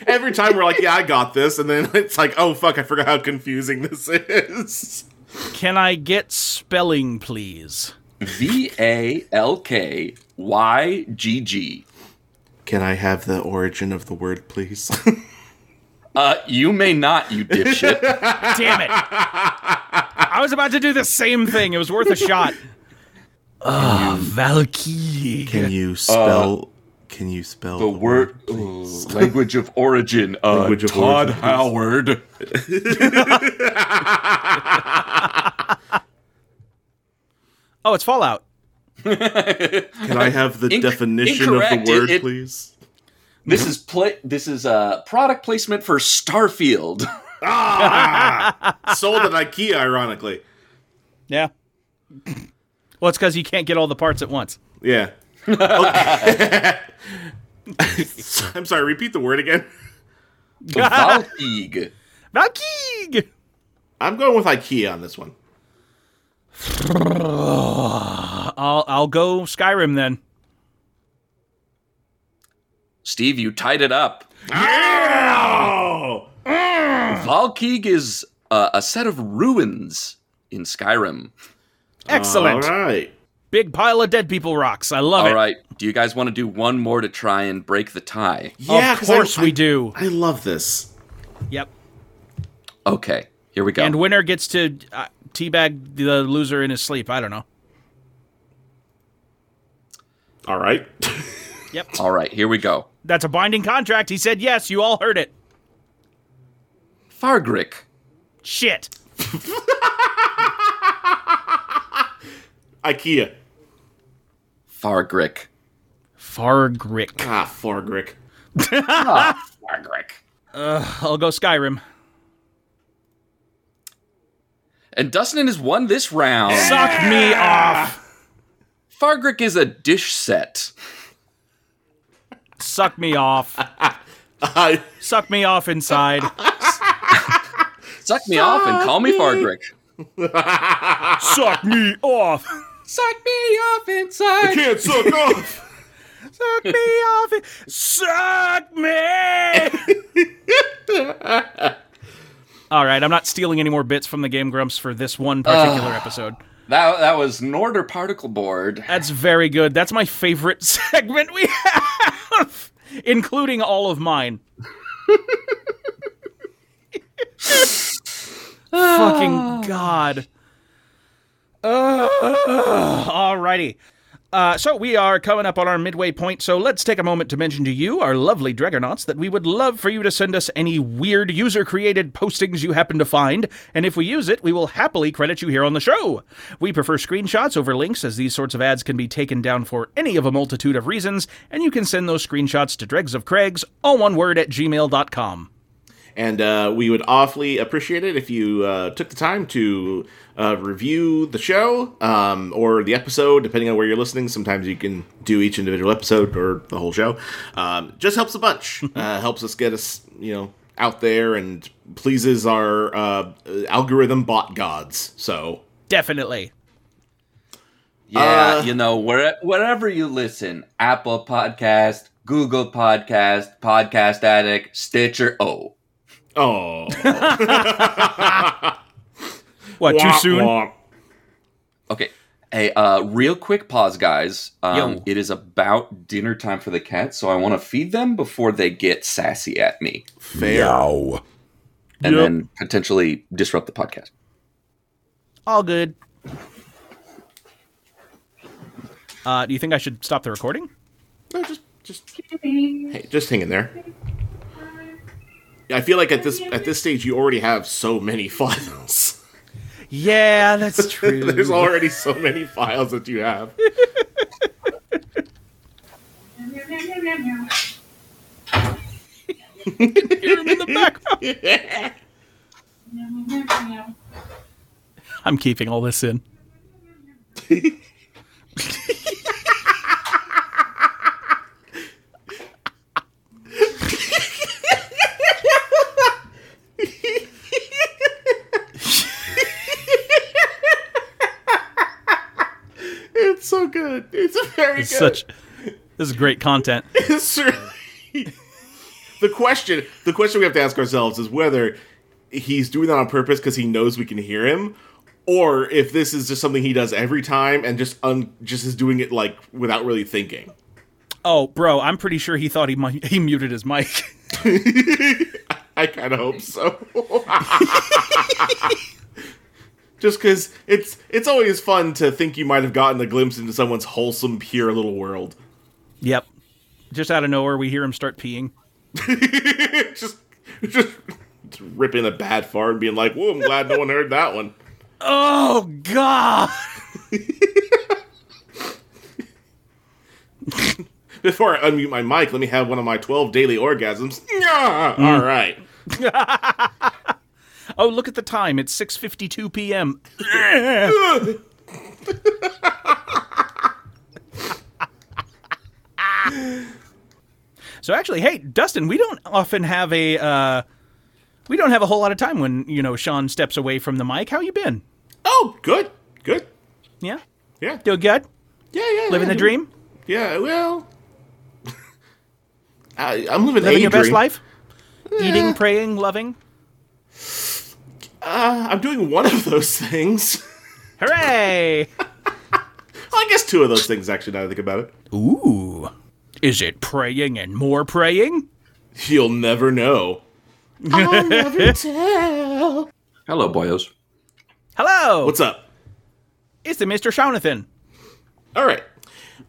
Speaker 2: Every time we're like, "Yeah, I got this," and then it's like, "Oh fuck, I forgot how confusing this is."
Speaker 1: Can I get spelling, please?
Speaker 3: V A L K Y G G.
Speaker 2: Can I have the origin of the word, please?
Speaker 3: Uh, you may not, you dipshit.
Speaker 1: Damn it. I was about to do the same thing. It was worth a shot.
Speaker 2: Ah,
Speaker 1: Oh, Valkyrie.
Speaker 2: you spell? can you spell
Speaker 3: Uh, the word, Ooh, language of origin. Uh,
Speaker 2: Language of
Speaker 3: Todd
Speaker 2: origin, please.
Speaker 3: Howard.
Speaker 1: Oh, it's Fallout.
Speaker 2: Can I have the
Speaker 3: Inc-
Speaker 2: definition
Speaker 3: incorrect.
Speaker 2: of the word,
Speaker 3: It- it-
Speaker 2: please?
Speaker 3: This is play. This is uh, product placement for Starfield.
Speaker 2: Sold at IKEA, ironically.
Speaker 1: Yeah. Well, it's because you can't get all the parts at once.
Speaker 2: Yeah. Okay. I'm sorry. Repeat the word again.
Speaker 3: Valtig.
Speaker 1: Valkyg!
Speaker 2: I'm going with IKEA on this one.
Speaker 1: I'll I'll go Skyrim then.
Speaker 3: Steve, you tied it up.
Speaker 2: Oh,
Speaker 3: Valkig is uh, a set of ruins in Skyrim.
Speaker 1: Excellent.
Speaker 2: All right.
Speaker 1: Big pile of dead people rocks. I love
Speaker 3: All
Speaker 1: it.
Speaker 3: right. Do you guys want to do one more to try and break the tie?
Speaker 2: Yeah,
Speaker 1: of
Speaker 2: 'cause I-
Speaker 1: course
Speaker 2: I-
Speaker 1: we do.
Speaker 2: I love this.
Speaker 1: Yep.
Speaker 3: Okay. Here we go.
Speaker 1: And winner gets to uh, teabag the loser in his sleep. I don't know.
Speaker 2: All right.
Speaker 3: All right. Here we go.
Speaker 1: That's a binding contract. He said yes. You all heard it.
Speaker 3: Fargrick.
Speaker 1: Shit.
Speaker 2: IKEA.
Speaker 3: Fargrick.
Speaker 1: Fargrick.
Speaker 2: Ah, Fargrick.
Speaker 3: Fargrick.
Speaker 1: I'll go Skyrim.
Speaker 3: And Dustin has won this round.
Speaker 1: Suck me off.
Speaker 3: Fargrick is a dish set.
Speaker 1: Suck me off.
Speaker 2: I
Speaker 1: Suck me off inside.
Speaker 3: Suck me off and call me Fargrick.
Speaker 1: Suck me off.
Speaker 3: Suck me off inside.
Speaker 2: can't suck off.
Speaker 1: Suck me off. Suck me. All right, I'm not stealing any more bits from the Game Grumps for this one particular episode.
Speaker 3: That, that was Norder Particle Board.
Speaker 1: That's very good. That's my favorite segment we have, including all of mine. Fucking god. Ugh. alrighty. Uh, so we are coming up on our midway point. So let's take a moment to mention to you, our lovely Dregonauts, that we would love for you to send us any weird user-created postings you happen to find, and if we use it, we will happily credit you here on the show. We prefer screenshots over links, as these sorts of ads can be taken down for any of a multitude of reasons, and you can send those screenshots to dregs of dregsofcraigs, all one word, at gmail.com.
Speaker 2: And uh, we would awfully appreciate it if you uh, took the time to uh, review the show um, or the episode, depending on where you're listening. Sometimes you can do each individual episode or the whole show. Um, just helps a bunch. uh, helps us get us, you know, out there and pleases our uh, algorithm bot gods. So
Speaker 1: Definitely.
Speaker 3: Yeah,
Speaker 2: Uh,
Speaker 3: you know, where, wherever you listen, Apple Podcast, Google Podcast, Podcast Addict, Stitcher. Oh,
Speaker 2: Oh,
Speaker 1: What, too soon?
Speaker 3: okay. Hey, uh, real quick pause, guys. Um,
Speaker 1: Yo.
Speaker 3: it is about dinner time for the cats, so I want to feed them before they get sassy at me
Speaker 2: Fair.
Speaker 3: and
Speaker 1: Yep.
Speaker 3: then potentially disrupt the podcast.
Speaker 1: All good. Uh, do you think I should stop the recording?
Speaker 2: No, just, just, hey, just hang in there. I feel like at this at this stage you already have so many files.
Speaker 1: Yeah, that's true.
Speaker 2: There's already so many files that you have.
Speaker 1: Hear 'em in the background. I'm keeping all this in.
Speaker 2: It's so good. It's very
Speaker 1: It's
Speaker 2: good.
Speaker 1: such. This is great content.
Speaker 2: It's really- the question, the question we have to ask ourselves is whether he's doing that on purpose because he knows we can hear him, or if this is just something he does every time and just un, just is doing it like without really thinking.
Speaker 1: Oh, bro, I'm pretty sure he thought he mu- he muted his mic.
Speaker 2: I kind of hope so. Just because it's it's always fun to think you might have gotten a glimpse into someone's wholesome, pure little world.
Speaker 1: yep. Just out of nowhere, we hear him start peeing.
Speaker 2: just just ripping a bad fart and being like, "Whoa, I'm glad no one heard that one."
Speaker 1: Oh God!
Speaker 2: Before I unmute my mic, let me have one of my twelve daily orgasms. Yeah, all right.
Speaker 1: Oh, look at the time. It's 6:52 p.m. So actually, hey, Dustin, we don't often have a uh, we don't have a whole lot of time when you know Sean steps away from the mic. How you been?
Speaker 2: Oh, good, good.
Speaker 1: Yeah,
Speaker 2: Yeah, yeah,
Speaker 1: doing good.
Speaker 2: yeah.
Speaker 1: Living
Speaker 2: yeah.
Speaker 1: the dream.
Speaker 2: Yeah, well, I, I'm living,
Speaker 1: Living
Speaker 2: a
Speaker 1: your best
Speaker 2: dream.
Speaker 1: life. Eating, praying, loving.
Speaker 2: Uh, I'm doing one of those things.
Speaker 1: Hooray!
Speaker 2: well, I guess two of those things actually. Now that I think about it,
Speaker 1: Ooh, is it praying and more praying?
Speaker 2: you'll never know. I'll never tell.
Speaker 3: Hello, boyos.
Speaker 1: Hello,
Speaker 2: What's up?
Speaker 1: it's the Mister Shaunathan.
Speaker 2: All right.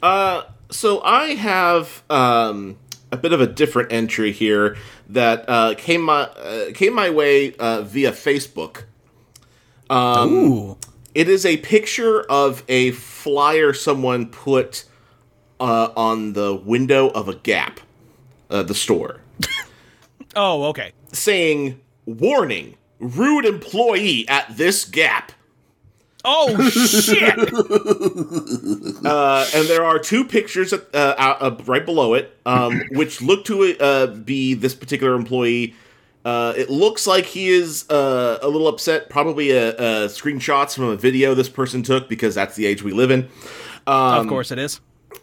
Speaker 2: Uh, so I have um, a bit of a different entry here that uh, came my uh, came my way uh, via Facebook.
Speaker 1: Ooh,
Speaker 2: It is a picture of a flyer someone put uh, on the window of a Gap, uh, the store,
Speaker 1: oh, okay.
Speaker 2: saying "Warning: Rude employee at this Gap."
Speaker 1: Oh shit!
Speaker 2: Uh, and there are two pictures uh, out, uh, right below it, um, which look to uh, be this particular employee. Uh, it looks like he is uh, a little upset, probably a, uh screenshots from a video this person took because that's the age we live in.
Speaker 3: Um,
Speaker 1: of course it is.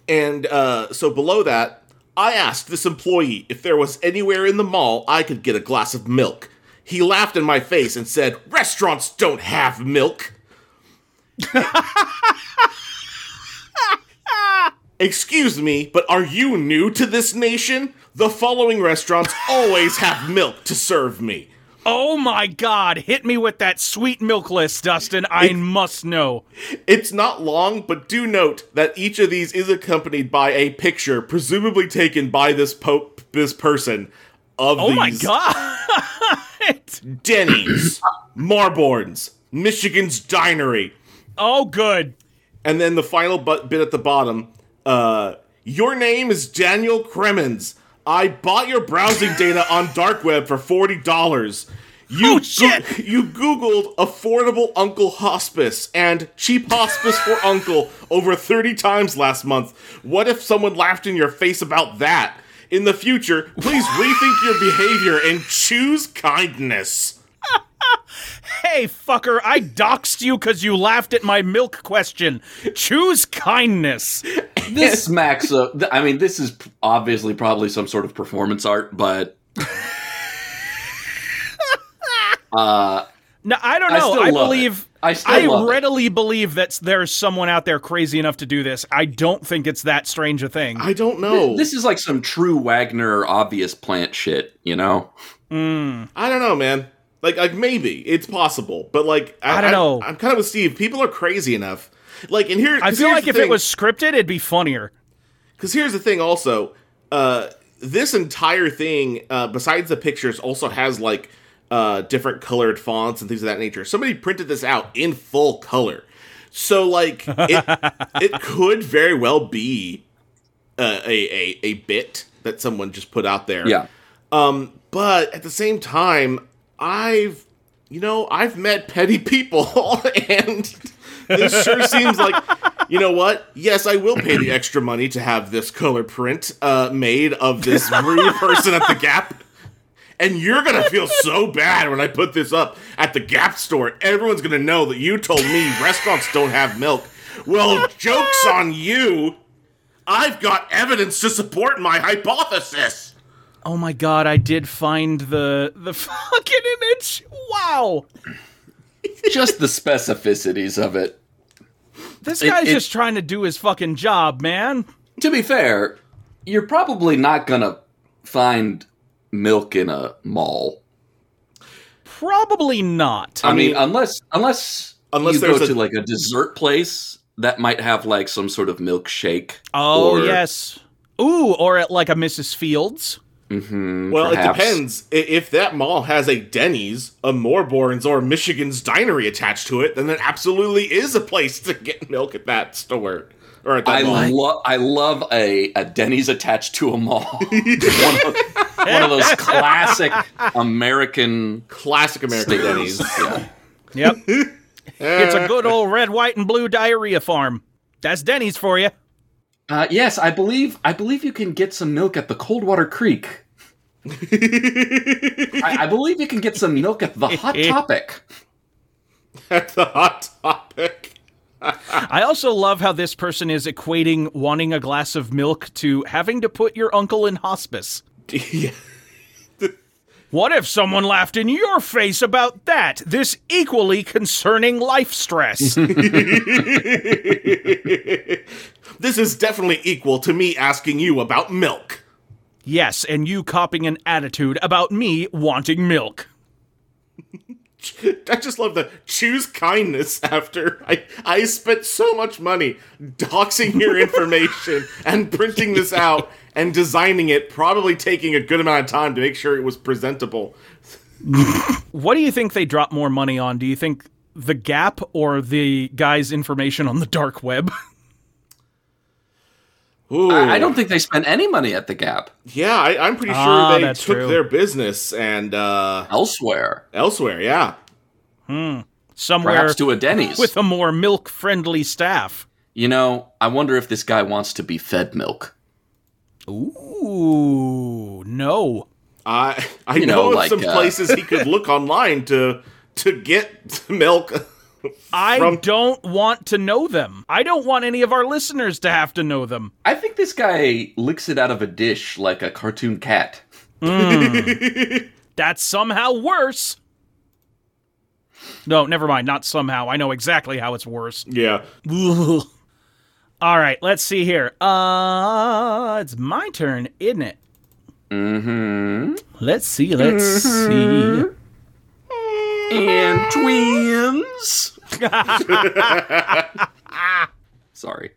Speaker 2: And uh, so below that, I asked this employee if there was anywhere in the mall I could get a glass of milk. He laughed in my face and said, Restaurants don't have milk. Excuse me, but are you new to this nation? The following restaurants always have milk to serve me.
Speaker 1: Oh my god! Hit me with that sweet milk list, Dustin. I must know.
Speaker 2: It's not long, but do note that each of these is accompanied by a picture, presumably taken by this pope, this person, of
Speaker 1: Oh my
Speaker 2: these
Speaker 1: god!
Speaker 2: Denny's, Marborn's, Michigan's Dinery,
Speaker 1: oh, good.
Speaker 2: and then the final bu- bit at the bottom. Uh, your name is Daniel Kremens. I bought your browsing data on dark web for forty dollars. You
Speaker 1: Oh, shit!
Speaker 2: goo- you googled affordable uncle hospice and cheap hospice for uncle over 30 times last month. What if someone laughed in your face about that? In the future, please rethink your behavior and choose kindness.
Speaker 1: Hey, fucker! I doxed you because you laughed at my milk question. Choose kindness.
Speaker 3: This smacks of. th- I mean, this is p- obviously probably some sort of performance art, but uh,
Speaker 1: No, I don't
Speaker 3: I
Speaker 1: know.
Speaker 3: still
Speaker 1: I,
Speaker 3: love it.
Speaker 1: believe.
Speaker 3: I still love it.
Speaker 1: readily believe that there's someone out there crazy enough to do this. I don't think it's that strange a thing.
Speaker 2: I don't
Speaker 1: Oh.
Speaker 2: know.
Speaker 3: this is like some true Wagner obvious plant shit, you know?
Speaker 2: I don't know, man. Like, like maybe it's possible, but like
Speaker 1: I don't know.
Speaker 2: I'm kind of with Steve. People are crazy enough. Like, and here
Speaker 1: I feel like if it was scripted, it'd be funnier.
Speaker 2: because here's the thing. Also, uh, this entire thing, uh, besides the pictures, also has like uh, different colored fonts and things of that nature. Somebody printed this out in full color, so like it it could very well be uh, a, a a bit that someone just put out there.
Speaker 3: Yeah.
Speaker 2: Um, but at the same time, I've you know I've met petty people, and this sure seems like you know what? Yes, I will pay the extra money to have this color print uh, made of this rude person at the Gap. And you're gonna feel so bad when I put this up at the Gap store. Everyone's gonna know that you told me restaurants don't have milk. Well, joke's on you. I've got evidence to support my hypothesis.
Speaker 1: Oh my god! I did find the the fucking image. Wow.
Speaker 3: Just the specificities of it.
Speaker 1: This
Speaker 3: It-
Speaker 1: guy's
Speaker 3: it-
Speaker 1: just trying to do his fucking job, man.
Speaker 3: To be fair, you're probably not going to find milk in a mall.
Speaker 1: Probably not.
Speaker 3: I, mean,
Speaker 2: mean-
Speaker 3: unless unless
Speaker 2: Unless
Speaker 3: you go
Speaker 2: there's a-
Speaker 3: to like a dessert place that might have like some sort of milkshake.
Speaker 1: Oh
Speaker 3: or-
Speaker 1: yes. Ooh, or at like a Mrs. Fields.
Speaker 3: Mhm,
Speaker 2: Well,
Speaker 3: perhaps.
Speaker 2: it depends. I- If that mall has a Denny's, a Moorborn's, or Michigan's Dinery attached to it, then there absolutely is a place to get milk at that store or at that
Speaker 3: I
Speaker 2: mall.
Speaker 3: love I love a, a Denny's attached to a mall. one, of, one of those classic American
Speaker 2: Classic American
Speaker 3: staples.
Speaker 2: Denny's.
Speaker 3: Yeah.
Speaker 1: Yep. It's a good old red, white, and blue diarrhea farm. That's Denny's for you.
Speaker 3: Uh, yes, I believe I believe you can get some milk at the Coldwater Creek. I, I believe you can get some milk at the Hot Topic.
Speaker 2: That's a hot topic.
Speaker 1: I also love how this person is equating wanting a glass of milk to having to put your uncle in hospice.
Speaker 2: yeah.
Speaker 1: What if someone laughed in your face about that? This equally concerning life stress.
Speaker 2: this is definitely equal to me asking you about milk.
Speaker 1: yes, and you copying an attitude about me wanting milk.
Speaker 2: I just love the choose kindness after I, I spent so much money doxing your information and printing this out and designing it, probably taking a good amount of time to make sure it was presentable.
Speaker 1: What do you think they drop more money on? Do you think the gap or the guy's information on the dark web?
Speaker 2: Ooh.
Speaker 3: I, I don't think they spent any money at the Gap
Speaker 2: Yeah, I, I'm pretty sure
Speaker 1: Ah,
Speaker 2: they
Speaker 1: that's
Speaker 2: took
Speaker 1: true.
Speaker 2: their business and uh,
Speaker 3: elsewhere,
Speaker 2: elsewhere. Yeah,
Speaker 1: Somewhere
Speaker 3: perhaps to a Denny's.
Speaker 1: with a more milk friendly staff.
Speaker 3: you know, I wonder if this guy wants to be fed milk.
Speaker 1: Ooh, no.
Speaker 2: I I
Speaker 3: You know,
Speaker 2: know, of
Speaker 3: like,
Speaker 2: some
Speaker 3: uh,
Speaker 2: places he could look online to to get milk.
Speaker 1: I
Speaker 2: From-
Speaker 1: don't want to know them. I don't want any of our listeners to have to know them.
Speaker 3: I think this guy licks it out of a dish like a cartoon cat.
Speaker 1: That's somehow worse. No, never mind. Not somehow. I know exactly how it's worse.
Speaker 2: yeah,
Speaker 1: Ugh. All right, let's see here. Uh, it's my turn, isn't it?
Speaker 3: Mm-hmm.
Speaker 1: Let's see. Let's see.
Speaker 3: And twins. Sorry.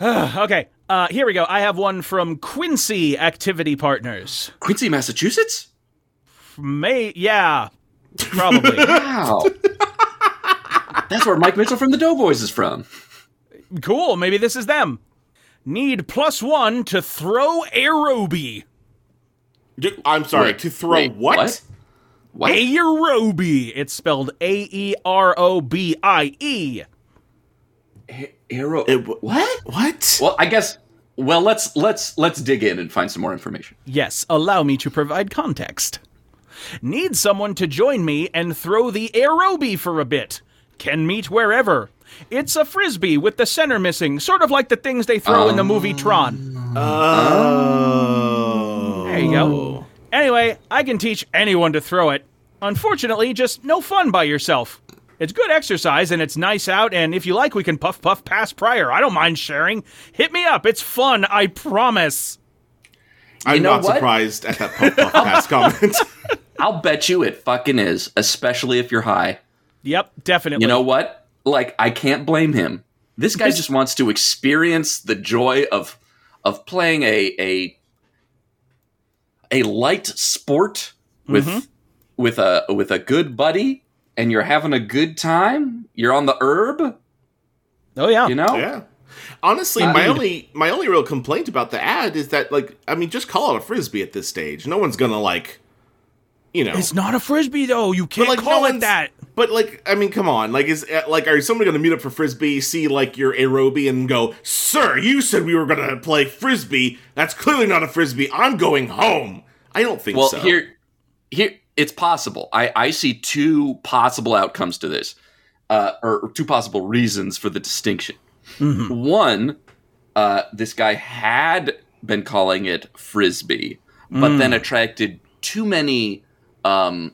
Speaker 1: Okay. Uh, here we go. I have one from Quincy Activity Partners.
Speaker 3: Quincy, Massachusetts?
Speaker 1: May, yeah, probably.
Speaker 3: Wow. That's where Mike Mitchell from the Doughboys is from.
Speaker 1: Cool, maybe this is them. Need plus one to throw aerobie.
Speaker 2: D- I'm sorry
Speaker 3: Wait,
Speaker 2: to throw
Speaker 3: wait,
Speaker 2: what?
Speaker 3: what? What?
Speaker 1: Aerobie. It's spelled A E R O B I E.
Speaker 3: A- Aero.
Speaker 2: It w-
Speaker 3: what?
Speaker 2: What?
Speaker 3: Well, I guess. Well, let's let's let's dig in and find some more information.
Speaker 1: Yes, allow me to provide context. Need someone to join me and throw the aerobie for a bit. Can meet wherever. It's a frisbee with the center missing, sort of like the things they throw in the movie Tron.
Speaker 2: Oh.
Speaker 1: There you go. Anyway, I can teach anyone to throw it. Unfortunately, just no fun by yourself. It's good exercise and it's nice out, and if you like, we can puff puff pass prior. I don't mind sharing. Hit me up, it's fun, I promise.
Speaker 2: I'm
Speaker 3: know
Speaker 2: not
Speaker 3: what?
Speaker 2: surprised at that pop pop pass comment.
Speaker 3: I'll bet you it fucking is, especially if you're high.
Speaker 1: Yep, definitely.
Speaker 3: You know what? Like I can't blame him. This guy just wants to experience the joy of of playing a a a light sport with with a with a good buddy and you're having a good time. You're on the herb,
Speaker 1: oh, yeah.
Speaker 3: you know?
Speaker 2: yeah. Honestly, my
Speaker 3: Indeed.
Speaker 2: only my only real complaint about the ad is that like I mean just call it a frisbee at this stage. No one's gonna like you know
Speaker 1: It's not a frisbee though. You can't
Speaker 2: like, no
Speaker 1: call it
Speaker 2: one's-
Speaker 1: that.
Speaker 2: But like, I mean, come on, like, is uh, like, are somebody gonna meet up for frisbee, see like your aerobie, and go, "Sir, you said we were gonna play frisbee. That's clearly not a frisbee. I'm going home." I don't think
Speaker 3: Well,
Speaker 2: so.
Speaker 3: here, here it's possible. I I see two possible outcomes to this, uh, or, or two possible reasons for the distinction.
Speaker 2: Mm-hmm.
Speaker 3: One, uh, this guy had been calling it frisbee, but
Speaker 2: Mm.
Speaker 3: then attracted too many um,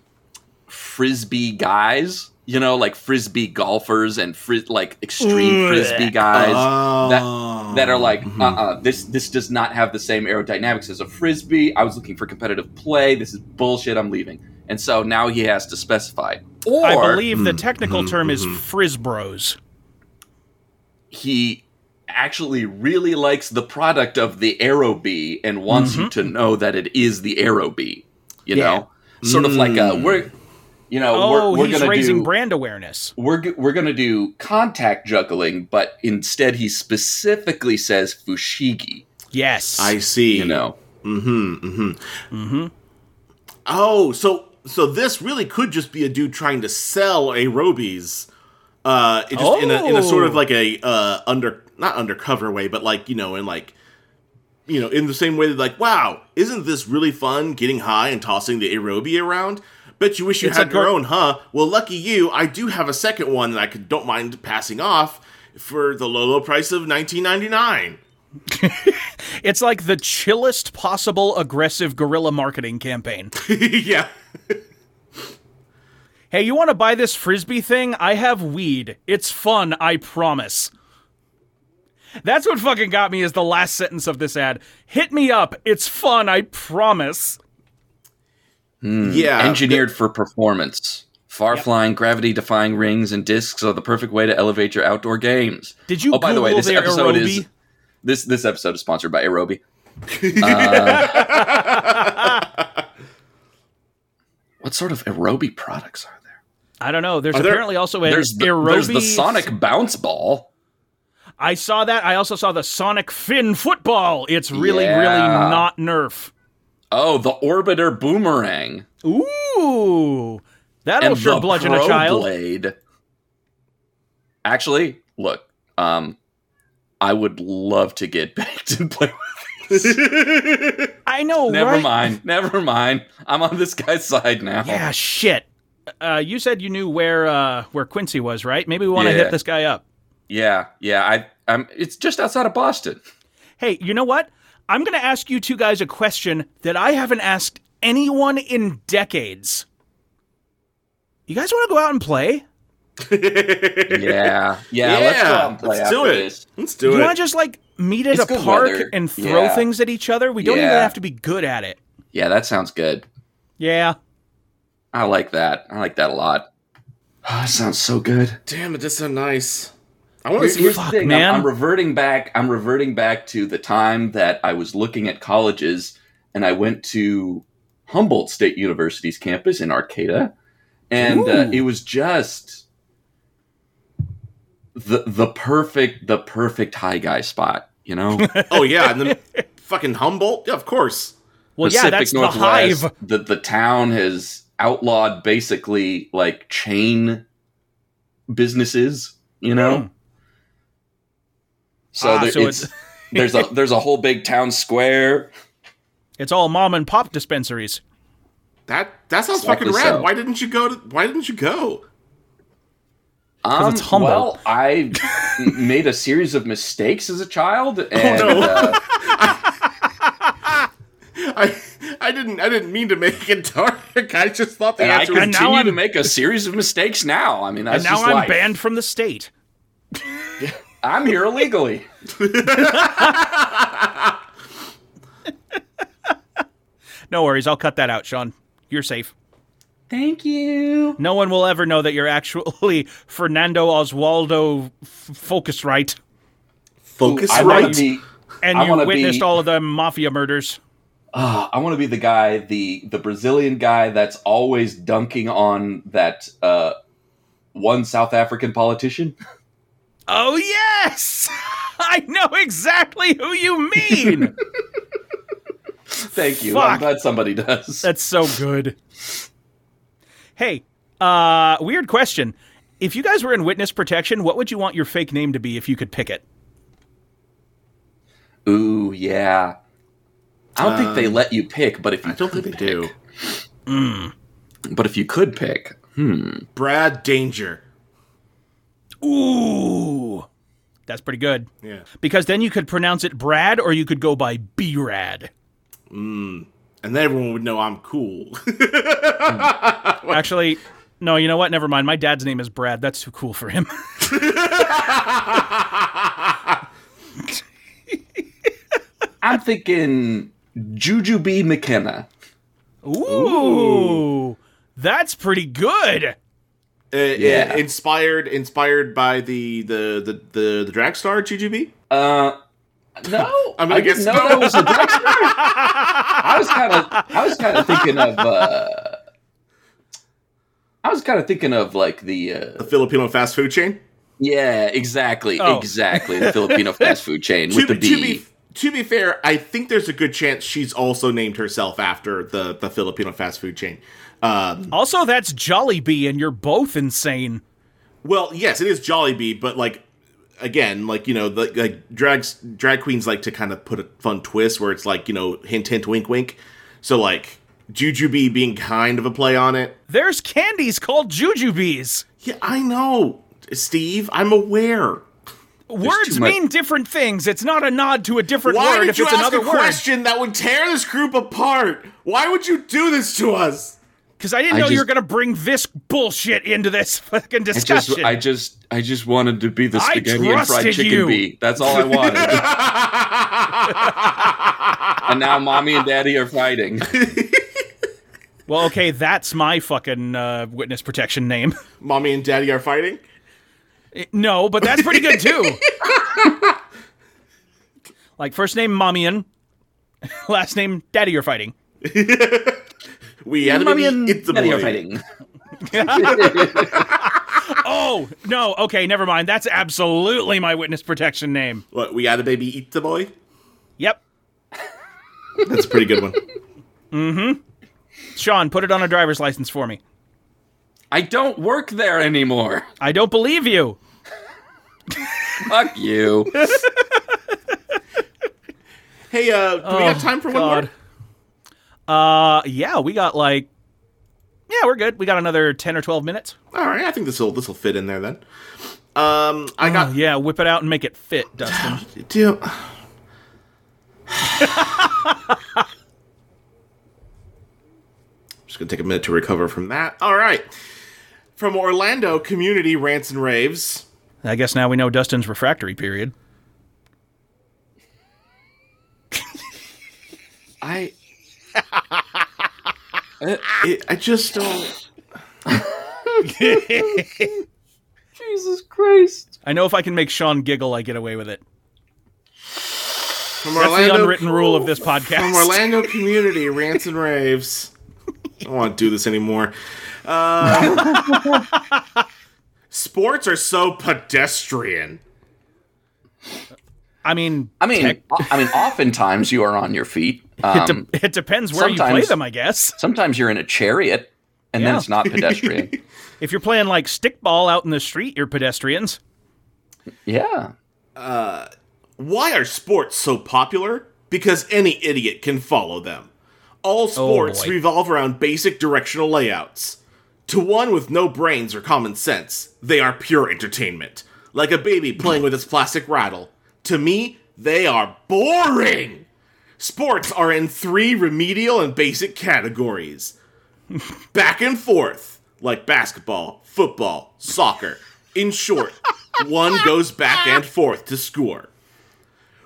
Speaker 3: frisbee guys. You know, like frisbee golfers and fris- like extreme
Speaker 1: Ugh.
Speaker 3: frisbee guys
Speaker 2: Uh, Oh.
Speaker 3: that are like, uh, uh this this does not have the same aerodynamics as a frisbee. I was looking for competitive play. This is bullshit. I'm leaving. And so now he has to specify, or
Speaker 1: I believe the technical term is frisbros.
Speaker 3: he actually really likes the product of the Aerobee and wants
Speaker 1: Mm-hmm.
Speaker 3: you to know that it is the Aerobee. You know, sort of like a we're, you know,
Speaker 1: Oh,
Speaker 3: we're, we're
Speaker 1: he's
Speaker 3: gonna
Speaker 1: raising
Speaker 3: do
Speaker 1: brand awareness.
Speaker 3: we're g- we're gonna do contact juggling, but instead he specifically says fushigi.
Speaker 1: Yes.
Speaker 2: I see.
Speaker 3: You know.
Speaker 2: Mm-hmm. Mm-hmm. Mm-hmm. Oh, so so this really could just be a dude trying to sell a Robies, uh, it just in a in a sort of
Speaker 1: Oh.
Speaker 2: like a uh under not undercover way, but like you know in like you know in the same way that like wow, isn't this really fun getting high and tossing the aerobie around? Bet you wish you
Speaker 1: It's
Speaker 2: had
Speaker 1: like
Speaker 2: your
Speaker 1: Gar-
Speaker 2: own, huh? Well, lucky you, I do have a second one that I could, don't mind passing off for the low low price of nineteen ninety nine.
Speaker 1: It's like the chillest possible aggressive guerrilla marketing campaign.
Speaker 2: yeah.
Speaker 1: Hey, you want to buy this frisbee thing? I have weed. It's fun, I promise. That's what fucking got me is the last sentence of this ad. Hit me up. It's fun, I promise.
Speaker 2: Yeah.
Speaker 3: Engineered for performance. Far flying, gravity defying rings and discs are the perfect way to elevate your outdoor games.
Speaker 1: Did you
Speaker 3: Oh, by the way,
Speaker 1: Google
Speaker 3: this
Speaker 1: their
Speaker 3: episode
Speaker 1: Aerobie?
Speaker 3: is this this episode is sponsored by Aerobie. Uh, what sort of Aerobie products are there?
Speaker 1: I don't know. There's
Speaker 2: Are there-
Speaker 1: apparently also an
Speaker 3: There's the,
Speaker 1: Aerobie.
Speaker 3: there's the Sonic Bounce Ball.
Speaker 1: I saw that. I also saw the Sonic Fin football. It's really,
Speaker 3: Yeah.
Speaker 1: really not Nerf.
Speaker 3: Oh, the Orbiter Boomerang.
Speaker 1: Ooh, that'll
Speaker 3: and
Speaker 1: sure
Speaker 3: the
Speaker 1: bludgeon
Speaker 3: Pro
Speaker 1: a child.
Speaker 3: Blade. Actually, look, um, I would love to get baked and play with.
Speaker 1: I know.
Speaker 3: Never
Speaker 1: right?
Speaker 3: mind. Never mind. I'm on this guy's side now.
Speaker 1: Yeah, shit. Uh, you said you knew where uh, where Quincy was, right? Maybe we want to
Speaker 3: Yeah.
Speaker 1: hit this guy up.
Speaker 3: yeah, yeah, I, I'm. It's just outside of Boston.
Speaker 1: Hey, you know what? I'm going to ask you two guys a question that I haven't asked anyone in decades. You guys want to go out and play?
Speaker 3: Yeah, yeah. let's go out and play
Speaker 2: let's do
Speaker 3: after
Speaker 2: it.
Speaker 3: this.
Speaker 2: Let's do
Speaker 1: you
Speaker 2: it.
Speaker 1: want to just like meet at
Speaker 3: It's
Speaker 1: a
Speaker 3: good
Speaker 1: park
Speaker 3: weather.
Speaker 1: and throw
Speaker 3: Yeah.
Speaker 1: things at each other? We don't even
Speaker 3: Yeah.
Speaker 1: have to be good at it.
Speaker 3: Yeah, that sounds good.
Speaker 1: Yeah.
Speaker 3: I like that. I like that a lot. Oh, it sounds so good.
Speaker 2: Damn, it does sound nice. I want to
Speaker 3: Here's-
Speaker 2: see.
Speaker 3: here's
Speaker 2: What,
Speaker 1: Fuck,
Speaker 3: the thing.
Speaker 1: man.
Speaker 3: I'm, I'm reverting back. I'm reverting back to the time that I was looking at colleges, and I went to Humboldt State University's campus in Arcata, and uh,
Speaker 1: Ooh.
Speaker 3: it was just the the perfect the perfect high guy spot. You know,
Speaker 2: oh yeah, and then fucking Humboldt. Yeah, of course.
Speaker 1: Well, yeah, that's
Speaker 3: Northwest.
Speaker 1: the hive.
Speaker 3: The the town has outlawed basically like chain businesses. You know.
Speaker 1: Hmm.
Speaker 3: So,
Speaker 1: Ah,
Speaker 3: there,
Speaker 1: so
Speaker 3: it's,
Speaker 1: it's-
Speaker 3: there's a there's a whole big town square.
Speaker 1: It's all mom and pop dispensaries.
Speaker 2: That that sounds
Speaker 3: Exactly
Speaker 2: fucking rad.
Speaker 3: so.
Speaker 2: Why didn't you go? To, why didn't you go?
Speaker 3: Um,
Speaker 1: it's humble.
Speaker 3: Well, I m- made a series of mistakes as a
Speaker 1: Oh,
Speaker 3: child, and
Speaker 2: no.
Speaker 3: uh,
Speaker 2: I I didn't I didn't mean to make it dark. I just thought the
Speaker 3: and I
Speaker 2: answer was
Speaker 1: now
Speaker 3: continue to
Speaker 1: I'm-
Speaker 3: make a series of mistakes now. I mean,
Speaker 1: And
Speaker 3: that's
Speaker 1: now
Speaker 3: just
Speaker 1: I'm
Speaker 3: life.
Speaker 1: banned from the state.
Speaker 3: I'm here illegally.
Speaker 1: No worries, I'll cut that out, Sean. You're safe.
Speaker 3: Thank you.
Speaker 1: No one will ever know that you're actually Fernando Oswaldo F- Focusrite,
Speaker 2: focus
Speaker 3: I want
Speaker 2: right.
Speaker 3: to be.
Speaker 1: and
Speaker 3: I
Speaker 1: you
Speaker 3: wanna
Speaker 1: witnessed
Speaker 3: be-
Speaker 1: all of the mafia murders.
Speaker 3: Uh, I want to be the guy, the the Brazilian guy that's always dunking on that uh, one South African politician.
Speaker 1: Oh yes, I know exactly who you mean.
Speaker 3: Thank you.
Speaker 1: Fuck.
Speaker 3: I'm glad somebody does.
Speaker 1: That's so good. Hey, uh, weird question. If you guys were in witness protection, what would you want your fake name to be if you could pick it?
Speaker 3: Ooh, yeah. I don't think they let you pick, but if you
Speaker 2: Um, I don't think they do.
Speaker 3: but if you could pick,
Speaker 2: Brad Danger.
Speaker 1: Ooh, that's pretty good.
Speaker 2: Yeah,
Speaker 1: Because then you could pronounce it Brad, or you could go by B Rad.
Speaker 2: and then everyone would know I'm cool.
Speaker 1: Actually, no, you know what? Never mind. My dad's name is Brad. That's too cool for him.
Speaker 3: I'm thinking Juju B McKenna.
Speaker 1: Ooh. That's pretty good.
Speaker 2: Uh, yeah.
Speaker 3: Yeah.
Speaker 2: inspired inspired by the the the the, the drag star GGB.
Speaker 3: Uh, no,
Speaker 2: I'm gonna
Speaker 3: I didn't
Speaker 2: guess
Speaker 3: know
Speaker 2: no.
Speaker 3: that was a drag star. I was kind of I was kind of thinking of uh, I was kind of thinking of like the uh,
Speaker 2: The Filipino fast food chain.
Speaker 3: yeah, exactly,
Speaker 1: Oh.
Speaker 3: exactly the Filipino fast food chain with
Speaker 2: to,
Speaker 3: the
Speaker 2: be- to
Speaker 3: B.
Speaker 2: be to be fair, I think there's a good chance she's also named herself after the the Filipino fast food chain. Um,
Speaker 1: Also, that's Jollibee, and you're both insane.
Speaker 2: well, yes, it is Jollibee, but like again, like you know, the, like drags drag queens like to kind of put a fun twist where it's like you know, hint hint, wink wink. So like Jujubee being kind of a play on it.
Speaker 1: There's candies called Jujubees.
Speaker 2: Yeah, I know, Steve. I'm aware.
Speaker 1: Words
Speaker 3: too much-
Speaker 1: mean different things. It's not a nod to a different
Speaker 2: Why
Speaker 1: word
Speaker 2: did
Speaker 1: if
Speaker 2: you
Speaker 1: it's
Speaker 2: ask
Speaker 1: another
Speaker 2: a question that would tear this group apart? Why would you do this to us?
Speaker 1: Because I didn't
Speaker 3: I
Speaker 1: know you
Speaker 3: just-
Speaker 1: were going to bring this bullshit into this fucking
Speaker 3: I just,
Speaker 1: discussion.
Speaker 3: I just, I just wanted to be the
Speaker 1: I
Speaker 3: spaghetti and fried
Speaker 1: trusted
Speaker 3: chicken
Speaker 1: you.
Speaker 3: bee. That's all I wanted. and now mommy and daddy are fighting.
Speaker 1: well, okay, that's my fucking uh, witness protection name.
Speaker 2: Mommy and daddy are fighting.
Speaker 1: no, but that's pretty good too. like first name Mommyan, last name Daddy. You're fighting.
Speaker 2: We had
Speaker 3: Mommy
Speaker 2: to
Speaker 3: and
Speaker 2: eat the
Speaker 3: daddy are
Speaker 2: boy.
Speaker 3: fighting.
Speaker 1: Oh no, okay, never mind. That's absolutely my witness protection name.
Speaker 2: What, we had a baby eat the boy?
Speaker 1: Yep,
Speaker 2: That's a pretty good one.
Speaker 1: Sean, put it on a driver's license for me.
Speaker 3: I don't work there anymore.
Speaker 1: I don't believe you.
Speaker 3: Fuck you.
Speaker 2: Hey, uh, do we
Speaker 1: Oh,
Speaker 2: have time for one
Speaker 1: God.
Speaker 2: more?
Speaker 1: Uh, yeah, we got like, yeah, we're good. We got another ten or twelve minutes.
Speaker 2: All right, I think this will this will fit in there then. Um, I
Speaker 1: Oh,
Speaker 2: got
Speaker 1: yeah, whip it out and make it fit, Dustin.
Speaker 2: do. Just gonna take a minute to recover from that. All right, from Orlando community rants and raves.
Speaker 1: I guess now we know Dustin's refractory period.
Speaker 3: I
Speaker 2: It, I just don't.
Speaker 3: Jesus Christ.
Speaker 1: I know if I can make Sean giggle, I get away with it.
Speaker 2: From
Speaker 1: That's the
Speaker 2: Orlando,
Speaker 1: unwritten rule of this podcast.
Speaker 2: from Orlando community rants and raves. I don't want to do this anymore. Uh, sports are so pedestrian.
Speaker 1: I mean,
Speaker 3: I mean,
Speaker 1: Tech-
Speaker 3: o- I mean, oftentimes you are on your feet.
Speaker 1: it, de-
Speaker 3: Um,
Speaker 1: it depends where you play
Speaker 3: sometimes-
Speaker 1: them, I guess.
Speaker 3: sometimes you're in a chariot, and then
Speaker 1: Yeah.
Speaker 3: it's not pedestrian.
Speaker 1: If you're playing like stickball out in the street, you're pedestrians.
Speaker 3: yeah.
Speaker 2: Why are sports so popular? Because any idiot can follow them. All sports
Speaker 1: boy.
Speaker 2: revolve around basic directional layouts. To one with no brains or common sense, they are pure entertainment, like a baby playing with its plastic rattle. To me, they are boring. Sports are in three remedial and basic categories back and forth, like basketball, football, soccer. In short, one goes back and forth to score.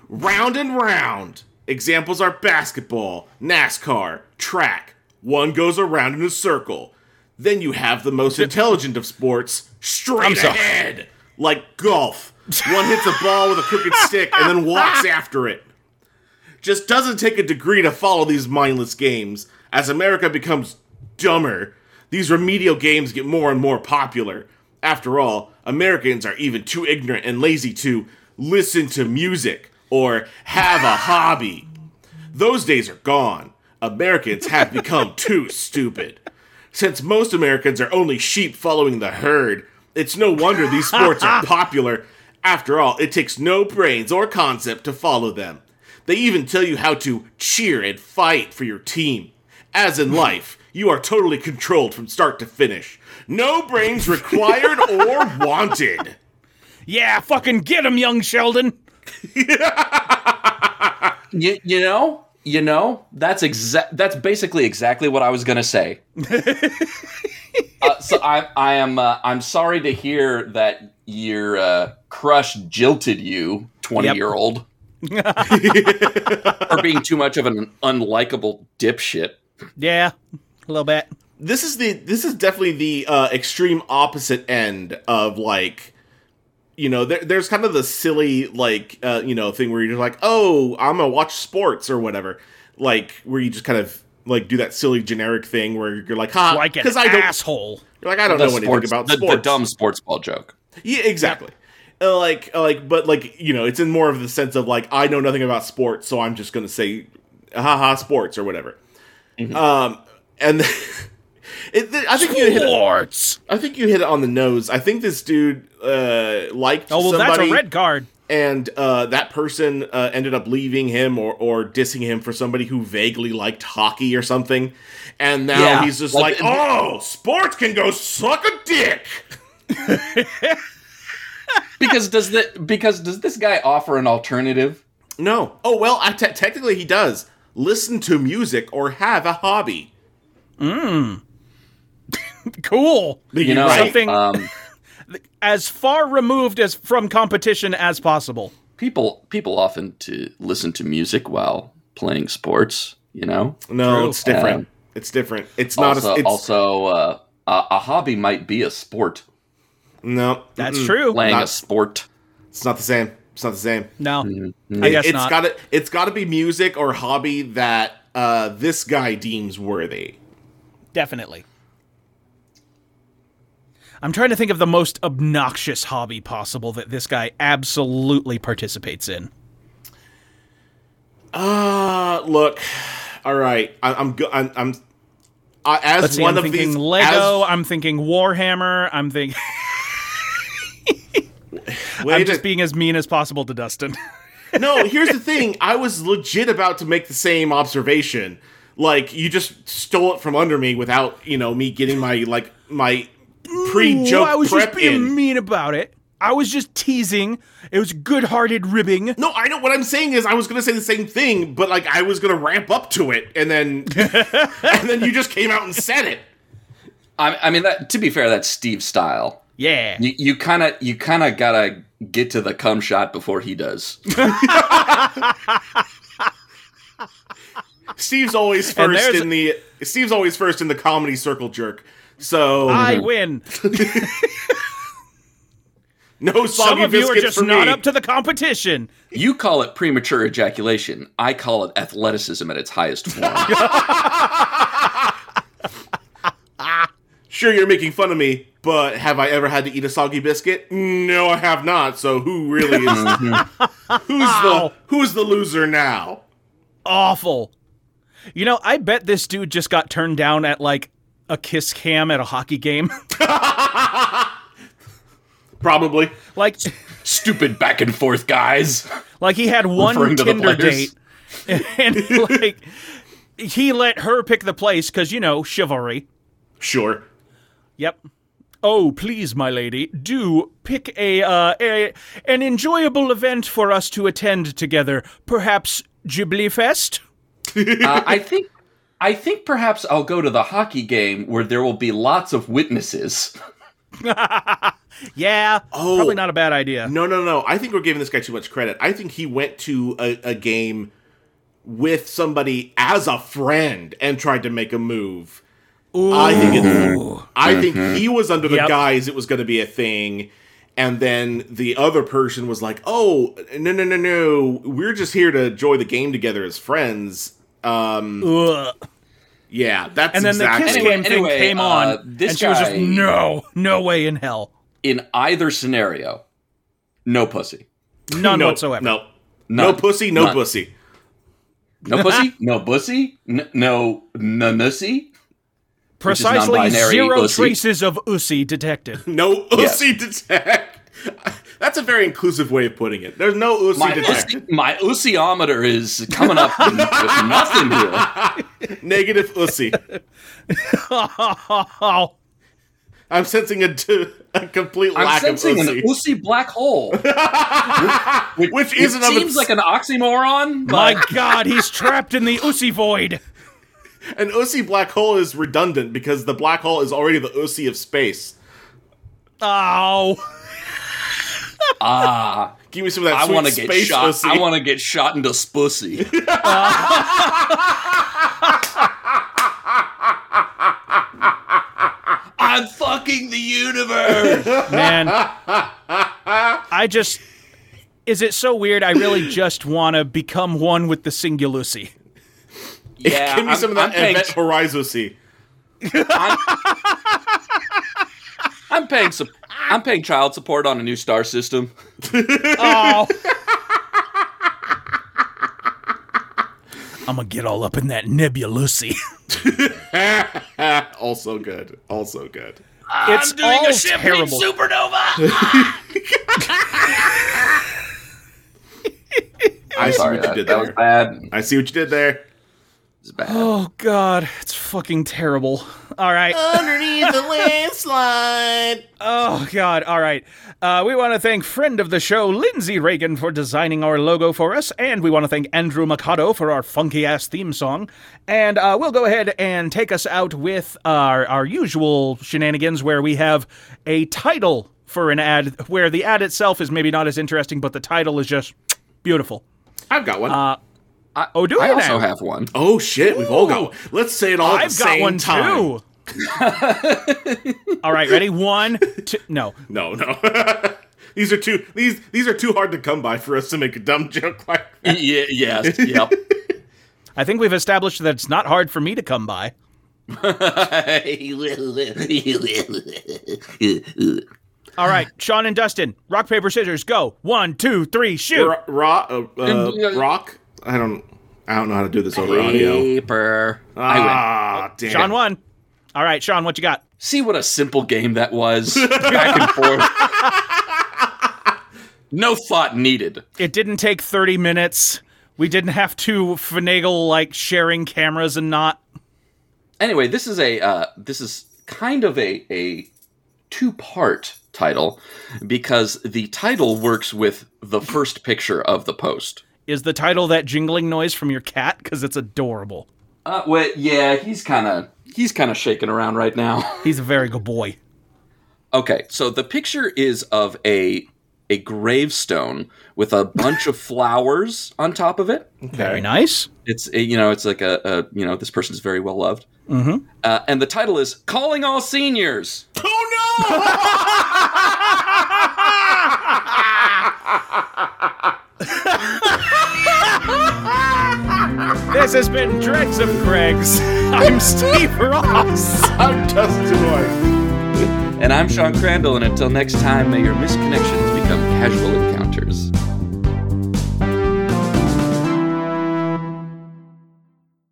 Speaker 2: Round and round. Examples are basketball, NASCAR, track. One goes around in a circle. Then you have the most intelligent of sports, straight
Speaker 1: sorry.
Speaker 2: ahead, like golf. One hits a ball with a crooked stick and then walks after it just doesn't take a degree to follow these mindless games. As America becomes dumber, these remedial games get more and more popular. After all, Americans are even too ignorant and lazy to listen to music or have a hobby. Those days are gone. Americans have become too stupid. Since most Americans are only sheep following the herd, it's no wonder these sports are popular. After all, it takes no brains or concept to follow them. They even tell you how to cheer and fight for your team. As in life, you are totally controlled from start to finish. No brains required or wanted.
Speaker 1: Yeah, fucking get him, young Sheldon.
Speaker 3: You, you know, you know, that's exact. That's basically exactly what I was gonna say. uh, so I, I am. Uh, I'm sorry to hear that your uh, crush jilted you, twenty
Speaker 1: Yep.
Speaker 3: year old, for being too much of an unlikable dipshit.
Speaker 1: Yeah, a little bit.
Speaker 2: this is the this is definitely the uh, extreme opposite end of like you know there, there's kind of the silly like uh, you know thing where you're just like oh i'm gonna watch sports or whatever like where you just kind of like do that silly generic thing where you're like ha
Speaker 1: Like an
Speaker 2: because i don't
Speaker 1: asshole.
Speaker 2: you're like i don't know
Speaker 3: The
Speaker 2: anything
Speaker 3: sports,
Speaker 2: about
Speaker 3: the,
Speaker 2: sports
Speaker 3: the dumb sports ball joke.
Speaker 2: yeah, exactly. Uh, like, uh, like, but like, you know, it's in more of the sense of like, I know nothing about sports, so
Speaker 3: Mm-hmm.
Speaker 2: I'm just gonna say, haha, sports or whatever. Um, and It, th- I think you hit. it-
Speaker 1: Swartz.
Speaker 2: I think you hit it on the nose. I think this dude uh, liked
Speaker 1: Oh well,
Speaker 2: somebody,
Speaker 1: that's a red card.
Speaker 2: and uh, that person uh, ended up leaving him or or dissing him for somebody who vaguely liked hockey or something. And now
Speaker 3: Yeah,
Speaker 2: he's just like,
Speaker 3: like-
Speaker 2: "Oh, sports can go suck a dick."
Speaker 3: because does that because does this guy offer an alternative?
Speaker 2: No. Oh well, I te- technically he does listen to music or have a hobby.
Speaker 1: Cool.
Speaker 3: You know,
Speaker 2: Right.
Speaker 1: Something-
Speaker 3: um,
Speaker 1: As far removed as from competition as possible.
Speaker 3: people people often to listen to music while playing sports. You know,
Speaker 2: No,
Speaker 1: True.
Speaker 2: it's different.
Speaker 3: Um,
Speaker 2: it's different. It's not
Speaker 3: also
Speaker 2: a. It's,
Speaker 3: also uh, a, a hobby might be a sport.
Speaker 2: no,
Speaker 1: That's
Speaker 2: mm-mm.
Speaker 1: true.
Speaker 3: Playing
Speaker 2: Not-
Speaker 3: a sport.
Speaker 2: It's not the same. It's not the same.
Speaker 1: No, I guess
Speaker 2: It's
Speaker 1: not.
Speaker 2: got to. It's got to be music or hobby that uh, this guy deems worthy.
Speaker 1: Definitely. I'm trying to think of the most obnoxious hobby possible that this guy absolutely participates in.
Speaker 2: Uh look. All right. I, I'm. Go- I'm. I'm I, as
Speaker 1: Let's see,
Speaker 2: one
Speaker 1: I'm
Speaker 2: of
Speaker 1: thinking
Speaker 2: these
Speaker 1: Lego.
Speaker 2: as-
Speaker 1: I'm thinking Warhammer. I'm thinking.
Speaker 2: wait
Speaker 1: I'm
Speaker 2: a-
Speaker 1: just being as mean as possible to Dustin.
Speaker 2: no, here's the thing. I was legit about to make the same observation. Like you just stole it from under me without you know me getting my like my pre
Speaker 1: Ooh, I
Speaker 2: joke
Speaker 1: was
Speaker 2: prep
Speaker 1: just being
Speaker 2: in.
Speaker 1: mean about it. I was just teasing. It was good-hearted ribbing.
Speaker 2: No, I know what I'm saying is I was gonna say the same thing, but like I was gonna ramp up to it, and then and then you just came out and said it.
Speaker 3: I, I mean, that to be fair, that's Steve's style.
Speaker 1: Yeah.
Speaker 3: You- You kind of you kind of gotta get to the cum shot before he does.
Speaker 2: Steve's always
Speaker 1: And
Speaker 2: first
Speaker 1: there's-
Speaker 2: in the Steve's always first in the comedy circle jerk. So
Speaker 1: I win.
Speaker 2: no
Speaker 1: Some
Speaker 2: soggy
Speaker 1: of you are
Speaker 2: biscuits
Speaker 1: just
Speaker 2: for
Speaker 1: not
Speaker 2: me.
Speaker 1: up to the competition.
Speaker 3: You call it premature ejaculation. I call it athleticism at its highest form.
Speaker 2: sure, you're making fun of me, but have I ever had to eat a soggy biscuit? No, I have not. So who really is who's the who's the loser now?
Speaker 1: Awful. You know, I bet this dude just got turned down at like a kiss cam at a hockey game.
Speaker 2: Probably.
Speaker 1: like,
Speaker 3: Stupid back and forth guys.
Speaker 1: like he had one
Speaker 3: Referring to the
Speaker 1: Tinder date,
Speaker 3: players.
Speaker 1: and like he let her pick the place because you know chivalry.
Speaker 2: Sure.
Speaker 1: Yep. Oh, please, my lady, do pick a, uh, a an enjoyable event for us to attend together. Perhaps Ghibli Fest.
Speaker 3: Uh, I think I think perhaps I'll go to the hockey game where there will be lots of witnesses.
Speaker 1: Yeah,
Speaker 2: Oh.
Speaker 1: probably not a bad idea.
Speaker 3: Hmm.
Speaker 2: No, no, no. I think we're giving this guy too much credit. I think he went to a, a game with somebody as a friend and tried to make a move. I think it's, I think he was under the
Speaker 1: Yep.
Speaker 2: guise it was going to be a thing, and then the other person was like, "Oh, no, no, no, no. We're just here to enjoy the game together as friends." Um,
Speaker 1: Ugh.
Speaker 2: yeah, that's
Speaker 1: And then
Speaker 2: exactly.
Speaker 1: the kiss
Speaker 3: Anyway,
Speaker 1: cam thing
Speaker 3: anyway,
Speaker 1: came
Speaker 3: uh,
Speaker 1: on,
Speaker 3: this
Speaker 1: and she was just
Speaker 3: guy-
Speaker 1: no, no way in hell,
Speaker 3: In either scenario, no pussy.
Speaker 1: none
Speaker 2: no,
Speaker 1: whatsoever.
Speaker 2: No, no
Speaker 3: None.
Speaker 2: pussy, no
Speaker 3: None.
Speaker 2: pussy.
Speaker 3: No pussy. No pussy. N- no no nussy. is
Speaker 1: Precisely
Speaker 3: non-binary
Speaker 1: zero
Speaker 3: pussy.
Speaker 1: traces of ussy detected.
Speaker 2: No ussy detect. That's a very inclusive way of putting it. There's no ussy
Speaker 3: My
Speaker 2: detect.
Speaker 3: ussy, my ussiometer is coming up with nothing here.
Speaker 2: Negative ussy.
Speaker 1: oh,
Speaker 2: I'm sensing a, a complete
Speaker 3: I'm
Speaker 2: lack of
Speaker 3: sensing an
Speaker 2: ussy.
Speaker 3: ussy black hole, which,
Speaker 2: Which isn't of
Speaker 3: seems
Speaker 2: its-
Speaker 3: like an oxymoron. But
Speaker 1: my God, he's trapped in the ussy void.
Speaker 2: An ussy black hole is redundant because the black hole is already the ussy of space.
Speaker 1: Oh.
Speaker 3: ah,
Speaker 2: Give me some of that
Speaker 3: I
Speaker 2: sweet
Speaker 3: want to get
Speaker 2: space
Speaker 3: shot.
Speaker 2: ussy.
Speaker 3: I want to get shot into spussy. I'm fucking the universe.
Speaker 1: Man, I just. Is it so weird? I really just want to become one with the Singulusi.
Speaker 3: Yeah,
Speaker 2: Give me
Speaker 3: I'm,
Speaker 2: some of that
Speaker 3: I'm paying,
Speaker 2: Event Horizon ussy.
Speaker 3: I'm paying sup- I'm paying child support on a new star system.
Speaker 1: Oh, I'm gonna get all up in that nebulosity.
Speaker 2: also good. Also good.
Speaker 1: Oh, It's all terrible.
Speaker 3: supernova.
Speaker 2: I see
Speaker 3: Sorry,
Speaker 2: what you
Speaker 3: that,
Speaker 2: did
Speaker 3: that
Speaker 2: there.
Speaker 3: was bad. It
Speaker 2: I see what you did there.
Speaker 3: was bad.
Speaker 1: Oh god, it's fucking terrible. All right.
Speaker 2: Underneath the landslide.
Speaker 1: Oh god. All right. Uh, we want to thank friend of the show Lindsay Reagan for designing our logo for us, and we want to thank Andrew Mikado for our funky ass theme song. And uh, we'll go ahead and take us out with our our usual shenanigans, where we have a title for an ad, where the ad itself is maybe not as interesting, but the title is just beautiful.
Speaker 2: I've got one.
Speaker 1: Oh, do
Speaker 3: I
Speaker 1: you now?
Speaker 3: also have one.
Speaker 2: oh shit, we've all got one. Let's say it all at
Speaker 1: I've
Speaker 2: the
Speaker 1: got
Speaker 2: same
Speaker 1: one
Speaker 2: time.
Speaker 1: too. All right, ready? One, two. No,
Speaker 2: No, no. these are too these these are too hard to come by for us to make a dumb joke like that.
Speaker 3: yeah, yes, yep.
Speaker 1: I think we've established that it's not hard for me to come by. All right, Sean and Dustin, rock, paper, scissors, go. One, two, three, shoot.
Speaker 2: Ro- ro- uh, uh, rock. I don't. I don't know how to do this over audio.
Speaker 3: Paper. I win.
Speaker 2: Ah, damn.
Speaker 1: Sean won. All right, Sean, what you got?
Speaker 3: See what a simple game that was. Back and forth. No thought needed.
Speaker 1: It didn't take 30 minutes. We didn't have to finagle like sharing cameras and not.
Speaker 3: anyway, this is a uh, this is kind of a a two part title because the title works with the first picture of the post.
Speaker 1: Is the title that jingling noise from your cat? Because it's adorable.
Speaker 3: Uh, well, yeah, he's kind of he's kind of shaking around right now.
Speaker 1: He's a very good boy.
Speaker 3: okay, so the picture is of a a gravestone with a bunch of flowers on top of it.
Speaker 1: Very nice.
Speaker 3: It's a, you know it's like a, a you know this person's very well loved. Mm-hmm. Uh, and the title is "Calling All Seniors."
Speaker 2: Oh
Speaker 1: This has been Dregs of Craigs. I'm Steve Ross.
Speaker 2: no! I'm Dustin White.
Speaker 3: And I'm Sean Crandall, and until next time, may your misconnections become casual encounters.